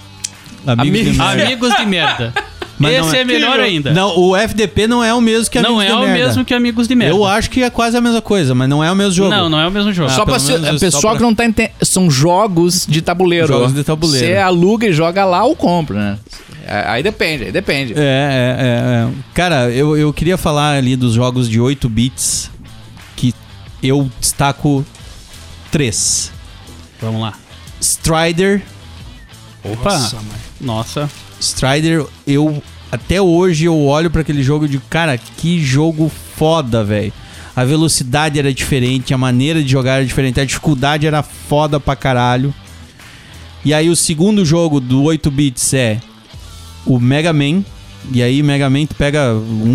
Amigos de merda.
Amigos de merda.
Mas não
Esse
é-
é, melhor ainda.
Não, o FDP não é o mesmo que
Não
Amigos
é
de
o
merda.
mesmo que amigos de merda.
Eu acho que é quase a mesma coisa, mas não é o mesmo jogo.
Não, não é o mesmo jogo.
só pra
Ah, pelo
ser,
menos isso,
pessoal
só pra-
que não tá entendendo. São jogos de tabuleiro.
Jogos de tabuleiro.
Você é aluga e joga lá ou compra, né? É, Aí depende, aí depende.
É, é, é, é. Cara, eu, eu queria falar ali dos jogos de 8 bits que eu destaco três.
Vamos lá.
Strider.
Opa. Nossa.
Strider, eu até hoje eu olho pra aquele jogo e digo, cara, que jogo foda, velho. A velocidade era diferente, a maneira de jogar era diferente, a dificuldade era foda pra caralho. E aí o segundo jogo do 8 bits é o Mega Man. E aí Mega Man tu pega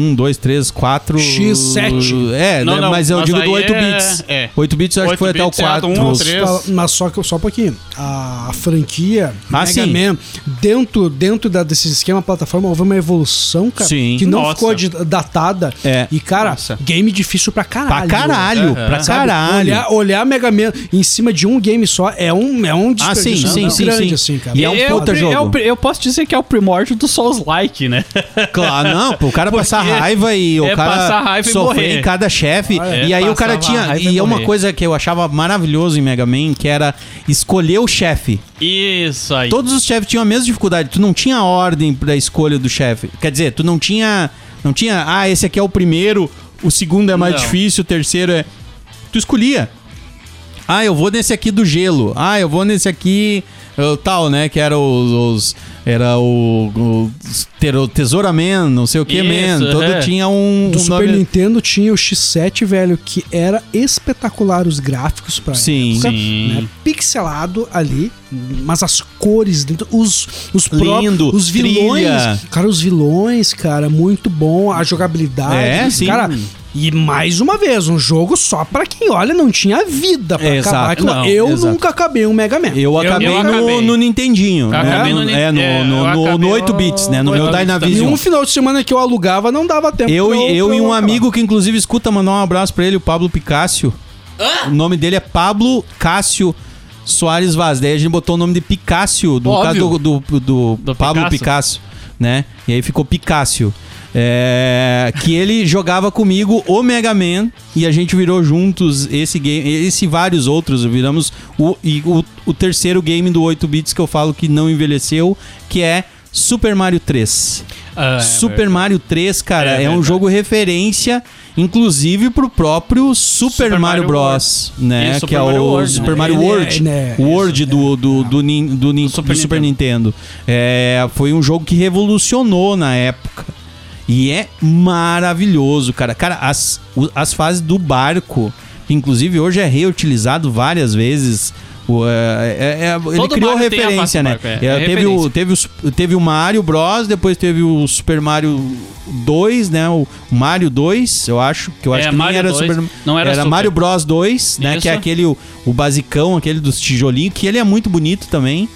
1, 2, 3, 4...
X7.
É,
Não,
né,
não,
mas eu
mas
digo
aí
do 8
é-
bits.
é.
8 bits eu acho que
8
foi até o
bits é a do
4.
um ao três.
Fala- Mas só, que- só um pouquinho. A franquia
Ah,
Mega
sim.
Man, dentro, dentro da- desse esquema plataforma, houve uma evolução, cara,
Sim.
que não
Nossa.
ficou de- datada.
É.
E, cara,
Nossa.
game difícil pra caralho.
Pra caralho,
é,
pra
Sabe?
caralho.
Olhar, olhar Mega Man em cima de um game só é um, é um
Ah, sim,
desperdício
sim, sim,
grande,
sim.
assim, cara.
E é um
Eu-
puta
eu-
jogo.
eu- eu posso dizer que é o primórdio do Souls-like, né?
Claro, não, pô, o cara passar raiva e o
é
cara
passar raiva e
sofrer
morrer.
em cada chefe.
Ah, é.
e aí o
Passava
cara tinha.
raiva e
E é uma
morrer.
coisa que eu achava maravilhoso em Mega Man, que era escolher o chefe.
Isso aí.
Todos os chefes tinham a mesma dificuldade. Tu não tinha ordem pra escolha do chefe. Quer dizer, tu não tinha. Não tinha. Ah, esse aqui é o primeiro, o segundo é mais
Não.
difícil, o terceiro é. Tu escolhia. Ah, eu vou nesse aqui do gelo. Ah, eu vou nesse aqui. eh, tal, né? Que era os. os- era o, o Tero- Tesoura Man, não sei o que
Isso,
Man. Todo
é.
tinha um.
Do
um
Super
nome-
Nintendo tinha o X7, velho, que era espetacular os gráficos pra
Sim.
época,
Sim.
né? Pixelado ali, mas as cores dentro, os os
Lindo,
os vilões,
trilha.
cara, os vilões, cara, muito bom a jogabilidade,
É, sim.
cara. E mais uma vez, um jogo só pra quem olha não tinha vida pra
É,
acabar.
exato.
aquilo.
Não,
eu
exato.
nunca acabei um Mega Man.
Eu acabei,
eu
no-
acabei.
No, Nintendinho. né?
Acabei
no,
no Nin-
é, no,
é,
no,
eu
no-
acabei
no 8 bits, né? No meu
8 bits
E
Dynavision.
um final de semana que eu alugava não dava tempo.
Eu,
pra
e- eu
pra
e um
acabar.
amigo que, inclusive, escuta, mandar um abraço pra ele, o Pablo Picácio. O nome dele é Pablo Cássio Soares Vaz. Daí a gente botou o nome de Picácio, no
Óbvio.
caso do, do, do
Do
Pablo Picasso, né? E aí ficou Picácio. É, que ele jogava comigo o Mega Man e a gente virou juntos esse game, esse e vários outros, viramos o, e o, o terceiro game do 8 bits que eu falo que não envelheceu, que é Super Mario 3.
Ah, é
Super
verdade.
Mario 3, cara,
É
é, um
verdade.
jogo referência, inclusive pro próprio Super,
Super
Mario
Mario
Bros, né?
Isso,
que
Super
é
Mario
o
World,
Super
né?
Mario
Ele é-
World,
ele é-
o World do, do, do, nin- do nin- do Super,
Super
Nintendo. É, foi um jogo que revolucionou na época. E é maravilhoso, cara. Cara, as, o- as fases do barco, que inclusive hoje é reutilizado várias vezes. o- é- é- é- ele
Todo
criou
Mario tem a face
referência,
do
né?
barco, é.
É,
É
teve,
referência.
o, teve, o, teve o Mario Bros, depois teve o Super Mario 2, né? O Mario 2, eu acho. Que eu
É,
acho que nem
Mario
era
2,
Super
não era Super.
Mario Bros 2, né?
Isso.
Que é aquele, o, o basicão, aquele dos tijolinhos, que ele é muito bonito também.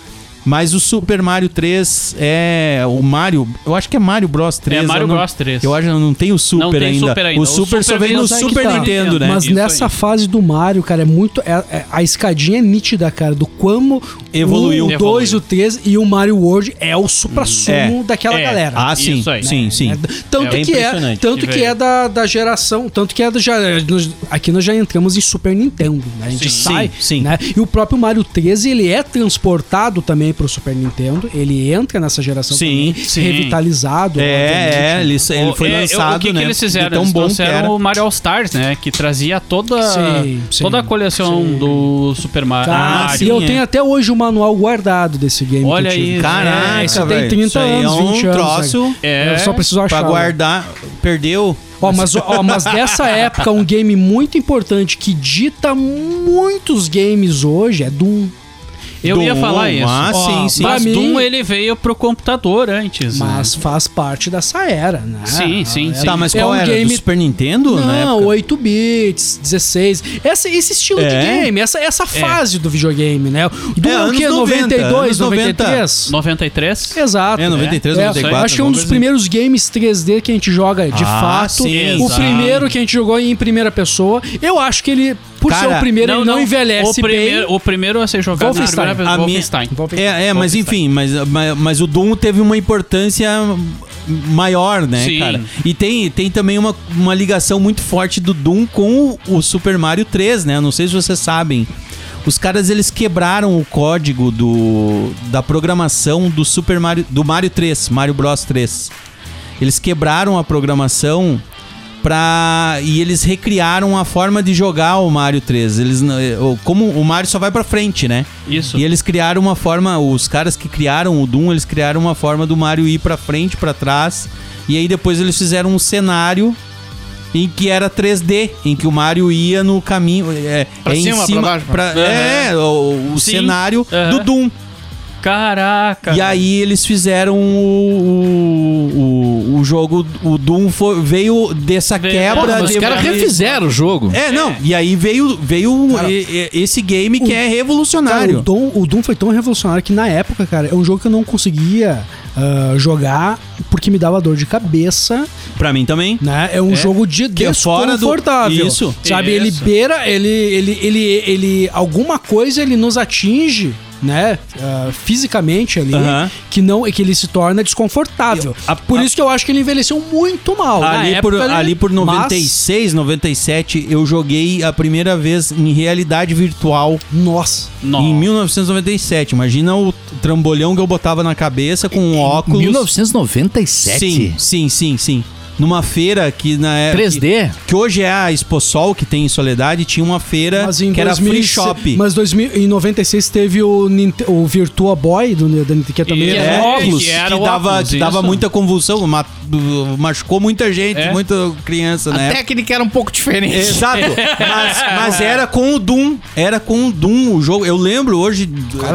Mas o Super Mario 3 é. O Mario. Eu acho que é Mario Bros 3.
É Mario
eu não-
Bros 3.
Eu acho que não tem o Super,
tem
ainda.
Super ainda. tá.
O
O
Super, só
Super
vem
vem
no
no
Super
Super
Nintendo, né?
Mas é
Isso
nessa
aí.
fase do Mario, cara, é muito. é- é- a escadinha é nítida, cara, do como
Evoluiu.
o 2,
Evoluiu.
o 3 e o Mario World é o supra-sumo
É.
daquela
É.
galera.
Ah, sim.
Isso aí.
Sim, sim.
É, tanto
É
que é,
impressionante.
tanto que é da, da geração, tanto que é da já nós- aqui nós já entramos em Super Nintendo, né? A gente
Sim,
sai,
sim, sim.
né? E o próprio Mario 13, ele é transportado também pro Super Nintendo, ele entra nessa geração
Sim,
também,
sim.
revitalizado. obviamente,
É, é,
né?
ele, ele
O-
foi
é, eu-
lançado,
O que, que
né?
eles fizeram?
de tão
eles
bom que
trouxeram
era.
o Mario All Stars, né? Que trazia toda,
Sim, sim,
toda a coleção
sim.
do Super Mario.
Cara,
Ah,
Tá, e eu
sim, é.
tenho até hoje o manual guardado desse game.
Olha
que eu tive.
isso.
Caraca,
É, isso
tem
velho,
30
isso aí
anos,
é um
20 anos,
troço
É,
Eu só preciso achar.
pra
né?
guardar. Perdeu.
Ó, mas, ó, mas dessa época, um game muito importante que dita muitos games hoje é Doom.
eu ia
Doom,
falar isso.
Ah,
Ó,
sim, sim.
Mas
Pra mim-
Doom ele veio pro computador antes. né? Ah,
Mas faz parte dessa era, né?
Sim, sim, sim.
Tá, mas
É
qual
um
era? Do
game-
Super Nintendo? na
Não,
época?
8 bits, 16. Essa, esse estilo
É?
de game, essa, essa fase do videogame, né? Do
É,
é, o
anos
quê?
90,
92,
anos 90.
93?
93?
Exato.
É, 93,
É,
94.
acho que é um dos
alguma coisa assim.
primeiros games 3D que a gente joga de
Ah,
fato.
sim,
o
exato.
primeiro que a gente jogou em primeira pessoa. Eu acho que ele, por ser
Cara,
o primeiro, ele não,
o
envelhece
primeiro,
bem.
O primeiro a ser jogado na
Wolfenstein.
primeira vez,
A minha-
Wolfenstein.
assim. É, é mas enfim, mas, mas, mas o Doom teve uma importância maior, né,
Sim.
cara? E tem, tem também uma, uma ligação muito forte do Doom com o, o Super Mario 3, né? Não sei se vocês sabem. Os caras eles quebraram o código do, da programação do Super Mario do Mario 3, Mario Bros 3. Eles quebraram a programação pra. E eles recriaram a forma de jogar o Mario 3. Eles, não- como o Mario só vai pra frente, né?
Isso.
E eles criaram uma forma, os caras que criaram o Doom, eles criaram uma forma do Mario ir pra frente, pra trás. E aí depois eles fizeram um cenário em que era 3D, em que o Mario ia no caminho, é,
Pra
é em
cima, pra
cima,
baixo,
pra- é o, o
Sim.
cenário do
Aham.
Doom.
Caraca.
E aí eles fizeram o, o, o jogo, o Doom foi- veio dessa
Veio-
quebra.
Pô,
Porra,
Pra
mas os
de-
caras refizeram o jogo.
É, não. E aí veio, veio e- e- esse game que é
Cara,
revolucionário.
o, Doom, o Doom foi tão revolucionário que na época, cara, é um jogo que eu não conseguia ah, jogar porque me dava dor de cabeça,
pra mim também.
né? É um jogo de
Que é fora do-
desconfortável.
Isso.
Sabe, ele
Isso.
beira, ele, ele, ele, ele, alguma coisa ele nos atinge, né? ah, fisicamente ali,
Aham.
que não, que ele se torna desconfortável.
Eu- a-
por
a-
isso que eu acho que ele envelheceu muito mal. Na
Ali,
época,
por,
ele-
ali por
mas-
96, 97, eu joguei a primeira vez em realidade virtual
nossa.
Nossa.
em 1997. Imagina o trambolhão que eu botava na cabeça com um óculos.
1997?
Sim, sim, sim, sim. Numa feira que na época.
3D?
Que hoje é a ExpoSol, que tem em Soledade, tinha uma feira
Mas em
É, que era
2000
free shop.
Mas 2000 em 96 teve o, Ninte- o Virtua Boy do Nintendo, que é também
E-
É,
era óculos,
que,
era o
dava,
óculos,
que dava
isso.
muita convulsão, ma- machucou muita gente,
É.
muita criança,
A
né?
técnica era um pouco diferente.
Exato. Mas, mas era com o Doom. Era com o Doom o jogo. Eu lembro hoje,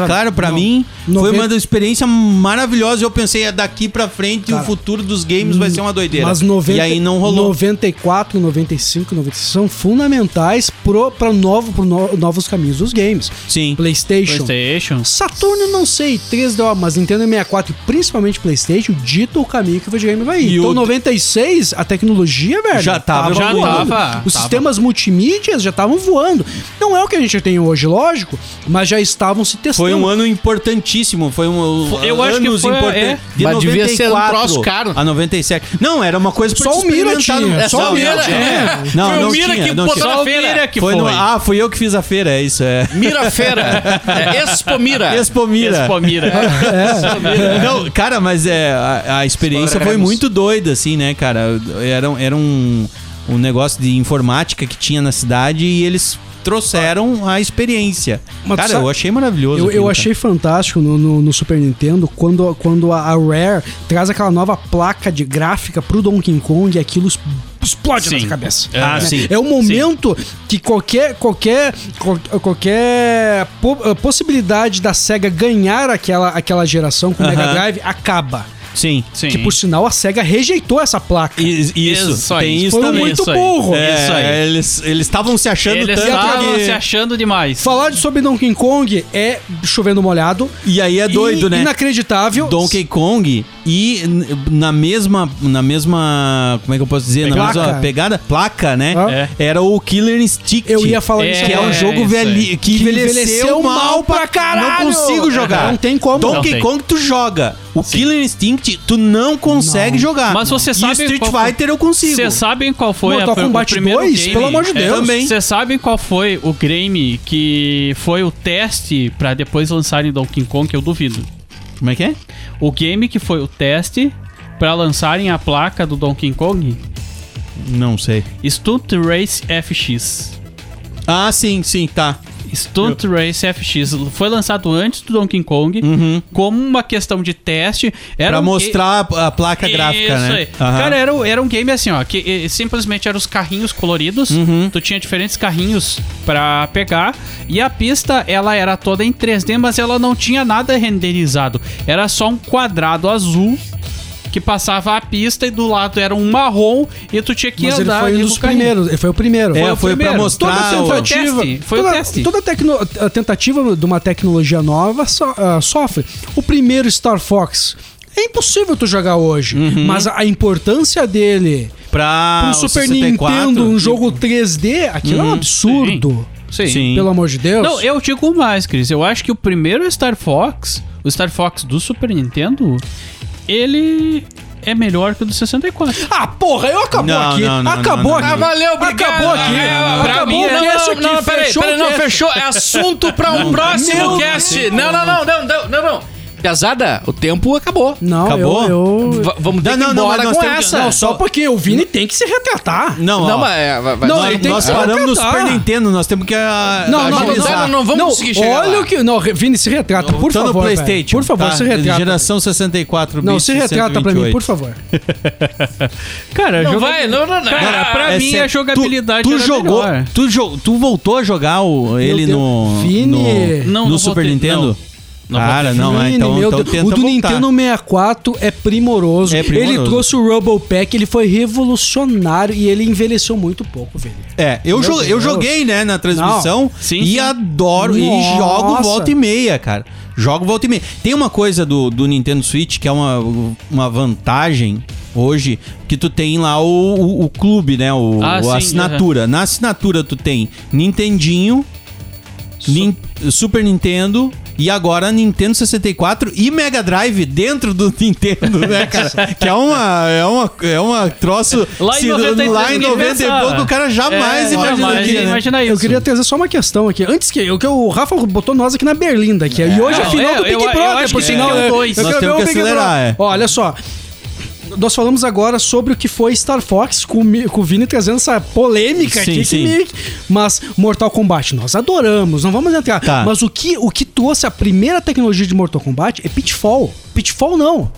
cara, pra mim, foi
noventa-
uma experiência maravilhosa. Eu pensei, é daqui pra frente o futuro dos games vai ser uma doideira.
Mas 90,
e aí não rolou.
94, 95, 96 são fundamentais pro, pra novo, pro no- novos caminhos dos games.
Sim.
PlayStation.
PlayStation.
Saturno, não sei, 3DO, mas Nintendo 64 e principalmente PlayStation dita o caminho que o videogame vai ir.
E
então,
o-
96, a tecnologia, velho.
Já tava
Já
voando.
tava,
Os
tava.
sistemas multimídias já estavam voando. Não é o que a gente tem hoje, lógico, mas já estavam se testando.
Foi um ano importantíssimo, foi um
Foi- eu acho que
anos
foi,
importante.
é.
De
Mas devia ser um
94
troço caro.
A 97. Não, era uma coisa pra
Só
te
o Mira
experimentar
tinha,
no- é,
só
não,
o Mira
não,
tinha.
é. Não,
Foi o
não
Mira
tinha,
que
não
botou
tinha.
na
Só o
feira.
Mira é que
Foi
foi.
no- ah, fui eu que fiz a feira, é isso, é.
Mira Feira. É Expo Mira.
Expo Mira.
Expo Mira.
Não, cara, mas é, a, a experiência foi muito doida, assim, né, cara? Era, um- era um, um negócio de informática que tinha na cidade e eles trouxeram a experiência.
Mas tu
cara,
sabe-
eu achei maravilhoso.
Eu,
aquilo,
eu
cara.
achei fantástico no, no- no Super Nintendo quando, quando a a Rare traz aquela nova placa de gráfica pro Donkey Kong e aquilo es- explode na
Sim.
sua cabeça.
Ah,
É,
sim.
É o momento que qualquer, qualquer, qual- qualquer po- eh, possibilidade da SEGA ganhar aquela, aquela geração com o Mega
Aham.
Drive acaba.
Sim.
Sim.
Que por sinal a SEGA rejeitou essa placa.
I- Isso,
Isso
tem
aí.
isso
É, Foi
também.
muito
isso aí.
burro.
É,
Isso aí.
Eles eles estavam se achando
Eles
tanto
estavam
que...
se achando demais.
Falar de sobre Donkey Kong é chovendo molhado.
E aí é doido,
In-
né?
Inacreditável.
Donkey Kong e n- na mesma na mesma como é que eu posso dizer
Placa.
na mesma pegada placa né
Ah.
era o Killer Instinct
Eu ia falar
É,
isso
que é um
agora.
jogo
isso
velhi,
aí.
que envelheceu, mal pra caralho. Não consigo jogar.
É. Não tem como.
Não
Donkey
tem.
Kong tu joga. O Killer Instinct tu não consegue jogar.
Mas você sabe
E Street
qual foi-
Fighter eu consigo.
Vocês sabem qual foi
Mortal
a,
Kombat
o primeiro
2,
game?
pelo amor de Deus.
Também.
Vocês sabem qual foi o game que foi o teste pra depois lançarem Donkey Kong? Eu duvido.
Como é que é?
O game que foi o teste pra lançarem a placa do Donkey Kong?
Não sei.
Stunt Race FX.
Ah, sim, sim, tá.
Stunt Race FX foi lançado antes do Donkey Kong
Uhum.
como uma questão de teste. Era
pra
um ga-
mostrar a- a placa gráfica,
Isso
né?
aí.
Aham.
Cara, era, um- era um game assim, ó, que eh, simplesmente eram os carrinhos coloridos.
Uhum.
Tu tinha diferentes carrinhos pra pegar. E a pista, ela era toda em 3D, mas ela não tinha nada renderizado. Era só um quadrado azul que passava a pista e do lado era um marrom e tu tinha que
Mas ele
andar
foi
ali
um
no
dos
carrinho.
primeiros. Ele foi o primeiro.
É,
o
foi pra
primeiro.
mostrar
Toda
o-
tentativa- Teste, foi o
toda,
teste.
Toda tecno- a tentativa de uma tecnologia nova so- ah, sofre. O primeiro Star Fox. É impossível tu jogar hoje. Mas a, a importância dele pro
Pra Uhum.
um
Ah, o
Super
64,
Nintendo, um jogo 3D, aquilo é um absurdo.
Sim.
Uhum. Sim.
Pelo amor de Deus.
Não, eu digo mais, Cris. Eu acho que o primeiro Star Fox, o Star Fox do Super Nintendo, ele é melhor que o do 64.
Ah, porra, eu acabou
Não,
aqui.
não, não,
acabou
não, não,
aqui.
não.
Ah, valeu, obrigado.
Acabou aqui.
Ah,
pra
acabou
mim
o
é-
Não,
cast
não,
aqui.
não, peraí,
Fechou o
peraí, não,
cast.
fechou. É assunto pra um próximo
não,
cast. Não, não, não, não, não, não, não. Piazada, o tempo acabou.
Não,
Acabou?
eu- eu...
V- vamos ter
Não,
que
não,
ir
não,
embora
mas nós
com
temos que-
essa.
não,
Só porque o Vini tem que se retratar.
Não,
Não,
ó,
mas... é, vai- vai-
Não,
vai-
ele tem que
nós
se
paramos no
retratar.
Super Nintendo, nós temos que ah,
Não, não, não,
Agilizar,
agilizar.
não, não vamos conseguir chegar
Olha
lá.
o que. Não, Re- Vini, se retrata, por
Tô
favor.
no
velho.
PlayStation.
Por favor,
tá?
se retrata.
Geração 64
Não,
bits,
se retrata pra mim,
128.
por favor.
Cara,
Não
joga-
vai, não, não, não.
Cara,
Ah,
pra
É
mim
sério,
a jogabilidade
tu, tu
era
jogou,
melhor.
tu jo- tu voltou a jogar o, ele
Deus.
no
Vini.
no,
Não,
no
não
Super
voltei,
Nintendo?
Não
Cara, não, é,
Vini,
então,
meu
então
Deus.
tenta
O do
voltar.
Nintendo 64 é primoroso.
É primoroso.
Ele trouxe o Rumble Pack, ele foi revolucionário e ele envelheceu muito pouco, Vini.
É, eu,
Meu
jo- eu
Deus.
joguei, né, na transmissão
Sim,
e
sim.
adoro e
Nossa.
jogo volta e meia, cara. Jogo volta e meia. Tem uma coisa do, do Nintendo Switch que é uma, uma vantagem hoje que tu tem lá o, o, o clube, né, o,
Ah,
o
sim,
assinatura. Na assinatura tu tem Nintendinho, Nin- Super Nintendo e agora Nintendo 64 e Mega Drive dentro do Nintendo, né, cara? que é uma é uma é uma troço
Lá em
se-
93,
lá em
ninguém
90 e
pensava.
pouco o cara jamais
É, jamais
imaginaria, né?
imagina isso.
Eu queria trazer só uma questão aqui. Antes que, o que o Rafa botou nós aqui na Berlinda, que é, e hoje é
Não,
final
é,
do Big
eu- eu
Brother,
acho
por
que
sinal.
tem que ter
eu-
dois.
eu
Nós
quero
temos
ver
que
o Big
acelerar,
Brother.
é.
Ó, Olha só. Nós falamos agora sobre o que foi Star Fox com, o Mi- com o Vini trazendo essa polêmica
Sim,
aqui. que
sim.
me- mas Mortal Kombat, nós adoramos, não vamos entrar.
Tá.
Mas o que, o que trouxe a primeira tecnologia de Mortal Kombat é Pitfall. Pitfall não.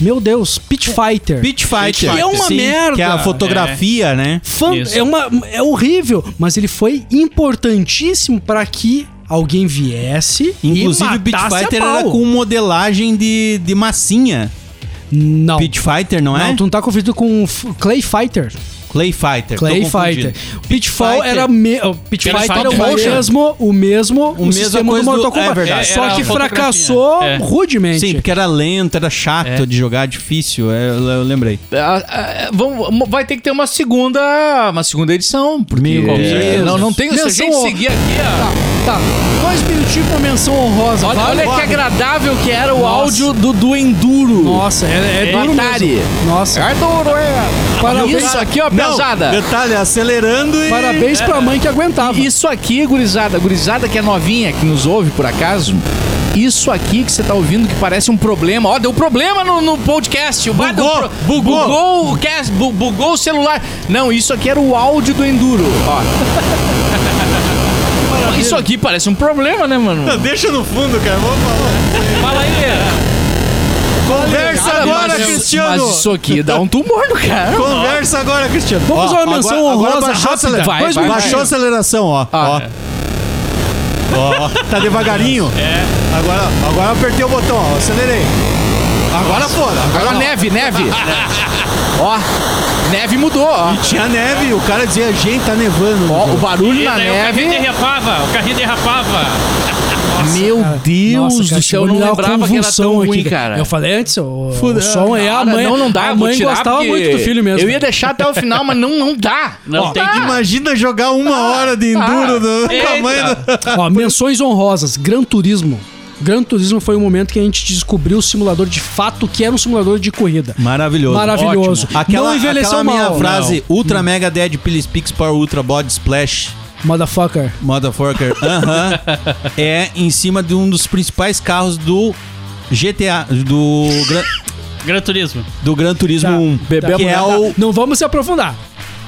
Meu Deus, Pit Fighter.
Beach Fighter.
Que é uma merda.
Que é a fotografia, né?
Fan-
Isso.
é, uma, é horrível, mas ele foi importantíssimo para que alguém viesse
Inclusive,
e
o Beach
matasse a
Fighter era
pau.
com modelagem de, de massinha.
Não.
Beach Fighter, não é?
Não, tu não tá confundindo com F- Clay Fighter.
Clay Fighter. tô
Clay
confundindo.
Fighter. Pitfall
Fighter.
era, me... o Pitfall
Fighter
era o
Motion.
mesmo, o mesmo, o
mesma
sistema
coisa
do
do-
Mortal Kombat.
é verdade.
É,
Só
era
que
a fotografia.
fracassou
É.
rudemente.
Sim, porque era lento, era
É.
chato de jogar, difícil. é, eu, eu lembrei.
Ah, ah, vamos- vai ter que ter uma segunda, uma segunda edição, porque é,
Meu Deus.
não, não tem se a
Menção
gente
honrosa.
seguir aqui, ó.
Tá, dois minutinhos pra menção honrosa.
Olha,
vai.
olha que agradável que era o áudio do, do Enduro.
Nossa, é, é
É
duro
Atari.
mesmo. Nossa.
É duro, é.
Parabéns,
Isso aqui, ó, pesada.
Detalhe, acelerando e.
parabéns pra mãe que aguentava.
Isso aqui, gurizada, gurizada que é novinha, que nos ouve por acaso. Isso aqui que você tá ouvindo que parece um problema. Ó, deu problema no, no podcast. O bar deu
Bugou, bugou.
bugou o cast, bu- bugou o celular. Não, isso aqui era o áudio do Enduro, ó. Isso aqui parece um problema, né, mano?
Deixa no fundo, cara. Vamos falar.
Fala aí,
Conversa
Cara,
agora,
mas-
Cristiano.
Mas isso aqui dá um tumor no cara.
Conversa agora, Cristiano.
Vamos fazer uma menção honrosa
baixou, a
rápida.
acelera-
Vai,
Dois
vai,
baixou
vai. Ah, é.
a aceleração, ó. ó. Ó, tá devagarinho. É. Agora, agora eu apertei o botão, ó. Acelerei. Agora foda.
Agora
não.
neve, neve. ó, neve mudou, ó.
Tinha neve, o cara dizia, gente, tá nevando.
Ó, o barulho na
daí O carrinho
neve.
derrapava, o carrinho derrapava.
Meu Deus
Nossa, cara,
do céu,
chegou
eu
a
não
me dar uma
lembrava que era tão
convulsão
ruim,
aqui,
cara.
Eu falei antes, o, o som é a
Cara,
mãe.
Não, não dá,
a
eu vou
mãe
tirar
gostava
porque
muito do filho mesmo.
Eu ia deixar até o final, mas não, não dá.
Não
Ó,
tem
tá.
Imagina jogar
Ah,
uma hora de enduro do
Eita.
tamanho do...
Ó, menções honrosas, Gran Turismo. Gran Turismo foi o momento que a gente descobriu o simulador de fato que era um simulador de corrida.
Maravilhoso.
Maravilhoso.
Ótimo. Aquela,
Não envelheceu
aquela minha
mal.
frase, Ultra Mega Dead Pilis Pix Power Ultra Body Splash
Motherfucker.
Motherfucker, aham, é em cima de um dos principais carros do GTA, do, Gran-
Gran Turismo.
do Gran
Tá.
Turismo 1,
Bebemos
que é
nada.
o
Não vamos se aprofundar.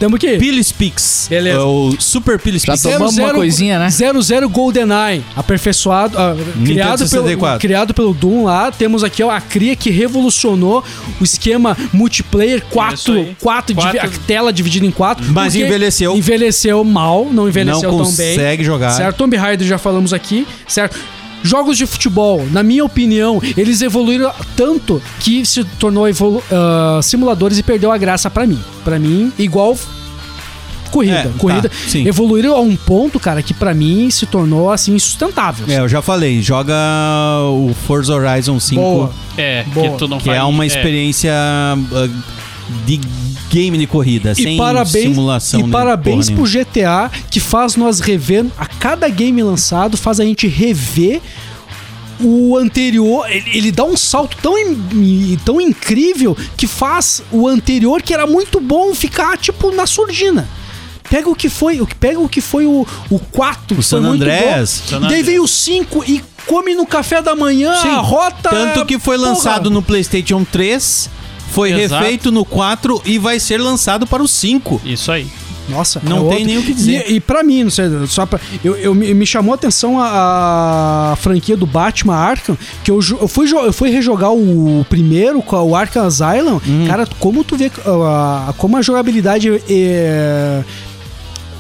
Temos que ir.
Pilis Pix,
Beleza.
é o Super Pilis
Já
Pix.
tomamos uma coisinha, né?
00 GoldenEye, aperfeiçoado, ah, criado, pelo,
64.
criado pelo Doom lá. Temos aqui ó, a cria que revolucionou o esquema multiplayer
Isso
4,
aí.
4, divi-
Quatro.
a tela dividida em 4.
Mas envelheceu.
Envelheceu mal, não
Não
envelheceu tão bem.
consegue jogar.
Certo? Tomb Raider já falamos aqui, certo? Jogos de futebol, na minha opinião, eles evoluíram tanto que se tornou evolu- ah, simuladores e perdeu a graça pra mim. Pra mim, igual f- corrida,
É, tá,
corrida
sim.
evoluíram a um ponto, cara, que pra mim se tornou assim insustentável.
É, eu já falei, joga o Forza Horizon 5,
Boa.
É,
Boa.
que tu não
que
faz-
é uma experiência ah, de game de corrida,
E
sem
parabéns,
simulação.
e
nem
parabéns
porra
pro GTA que faz nós rever a cada game lançado, faz a gente rever o anterior. Ele, ele dá um salto tão, in- tão incrível que faz o anterior que era muito bom ficar tipo na surdina. Pega o que foi, o que- pega o que foi o, o 4, que
San
foi muito
Andreas.
bom.
San
Daí
Andreas.
veio o 5 e come no café da manhã,
Sim,
a rota.
Tanto que foi
porra.
lançado no PlayStation 3, foi
Exato.
refeito no 4 e vai ser lançado para o 5.
Isso aí.
Nossa, é
Não tem nem o que dizer.
E, e pra mim, não sei, só pra, eu, eu- me me chamou a atenção a, a franquia do Batman Arkham, que eu, jo- eu, fui, jo- eu fui rejogar o primeiro, com a- o Arkham Asylum.
Hum.
Cara, como tu vê ah, como a jogabilidade eh,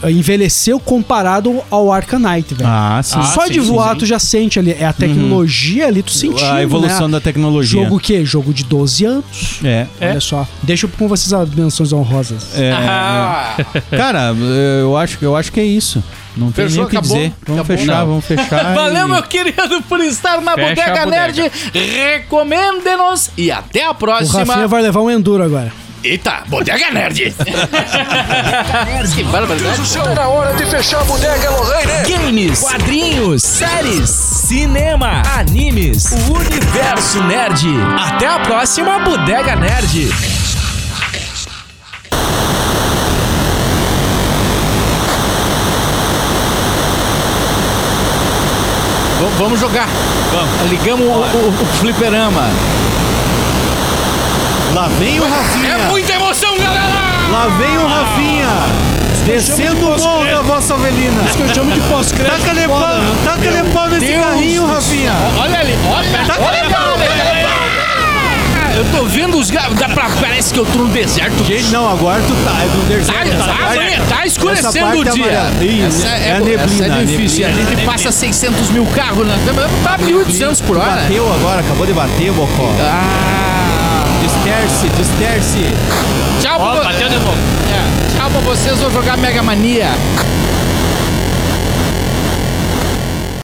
envelheceu comparado ao Arkham Knight, velho. Assim,
Ah, sim. Uhum.
Só de voar tu já sente ali, é a tecnologia ali, tu sentiu,
a evolução
né?
da tecnologia.
Jogo o quê? Jogo de 12 anos.
É.
Olha só. Deixa com vocês as menções honrosas.
é.
Ah,
Cara, eu acho, eu acho que é isso. Não tem
Fechou,
nem o que
acabou?
dizer. Vamos
Acabou?
fechar,
Não.
vamos fechar.
Valeu,
e-
meu querido, por estar na
Fecha
Bodega,
a bodega.
Nerd. Recomende-nos e até a
O Rafinha
próxima.
vai levar um Enduro agora.
Eita, Bodega Nerd. que barbaridade.
Tá na hora de fechar a bodega Lorraine.
né? Games, quadrinhos, séries, cinema, animes, o universo nerd. Até a próxima Bodega Nerd.
V- Vamos jogar. Ligamos o, o, o fliperama.
Lá vem o
É
Rafinha.
muita emoção, galera!
Lá vem o Rafinha. Descendo o morro da vossa ovelina.
que eu chamo de pós-crédito.
Taca-lhe pau- Taca-lhe pau nesse carrinho, Rafinha.
Olha ali, olha,
Tá
olha cara,
É.
cara. Eu tô vendo os gatos. Parece que eu tô no deserto.
Gente, não, agora tu tá. É do terceiro.
Tá,
Essa
tá,
parte-
tá, tá
essa
escurecendo
parte
o
é
dia.
amarela. Isso,
Essa
é a neblina,
Essa é
a
difícil. A
neblina.
gente passa 600 mil carros na. Tá 1.800 por hora. né?
Bateu agora, acabou de bater, Bocó.
Ah,
Disterce, disterce.
tchau, pra vo-
Bateu de novo.
é, tchau pra vocês. Vou jogar Mega Mania.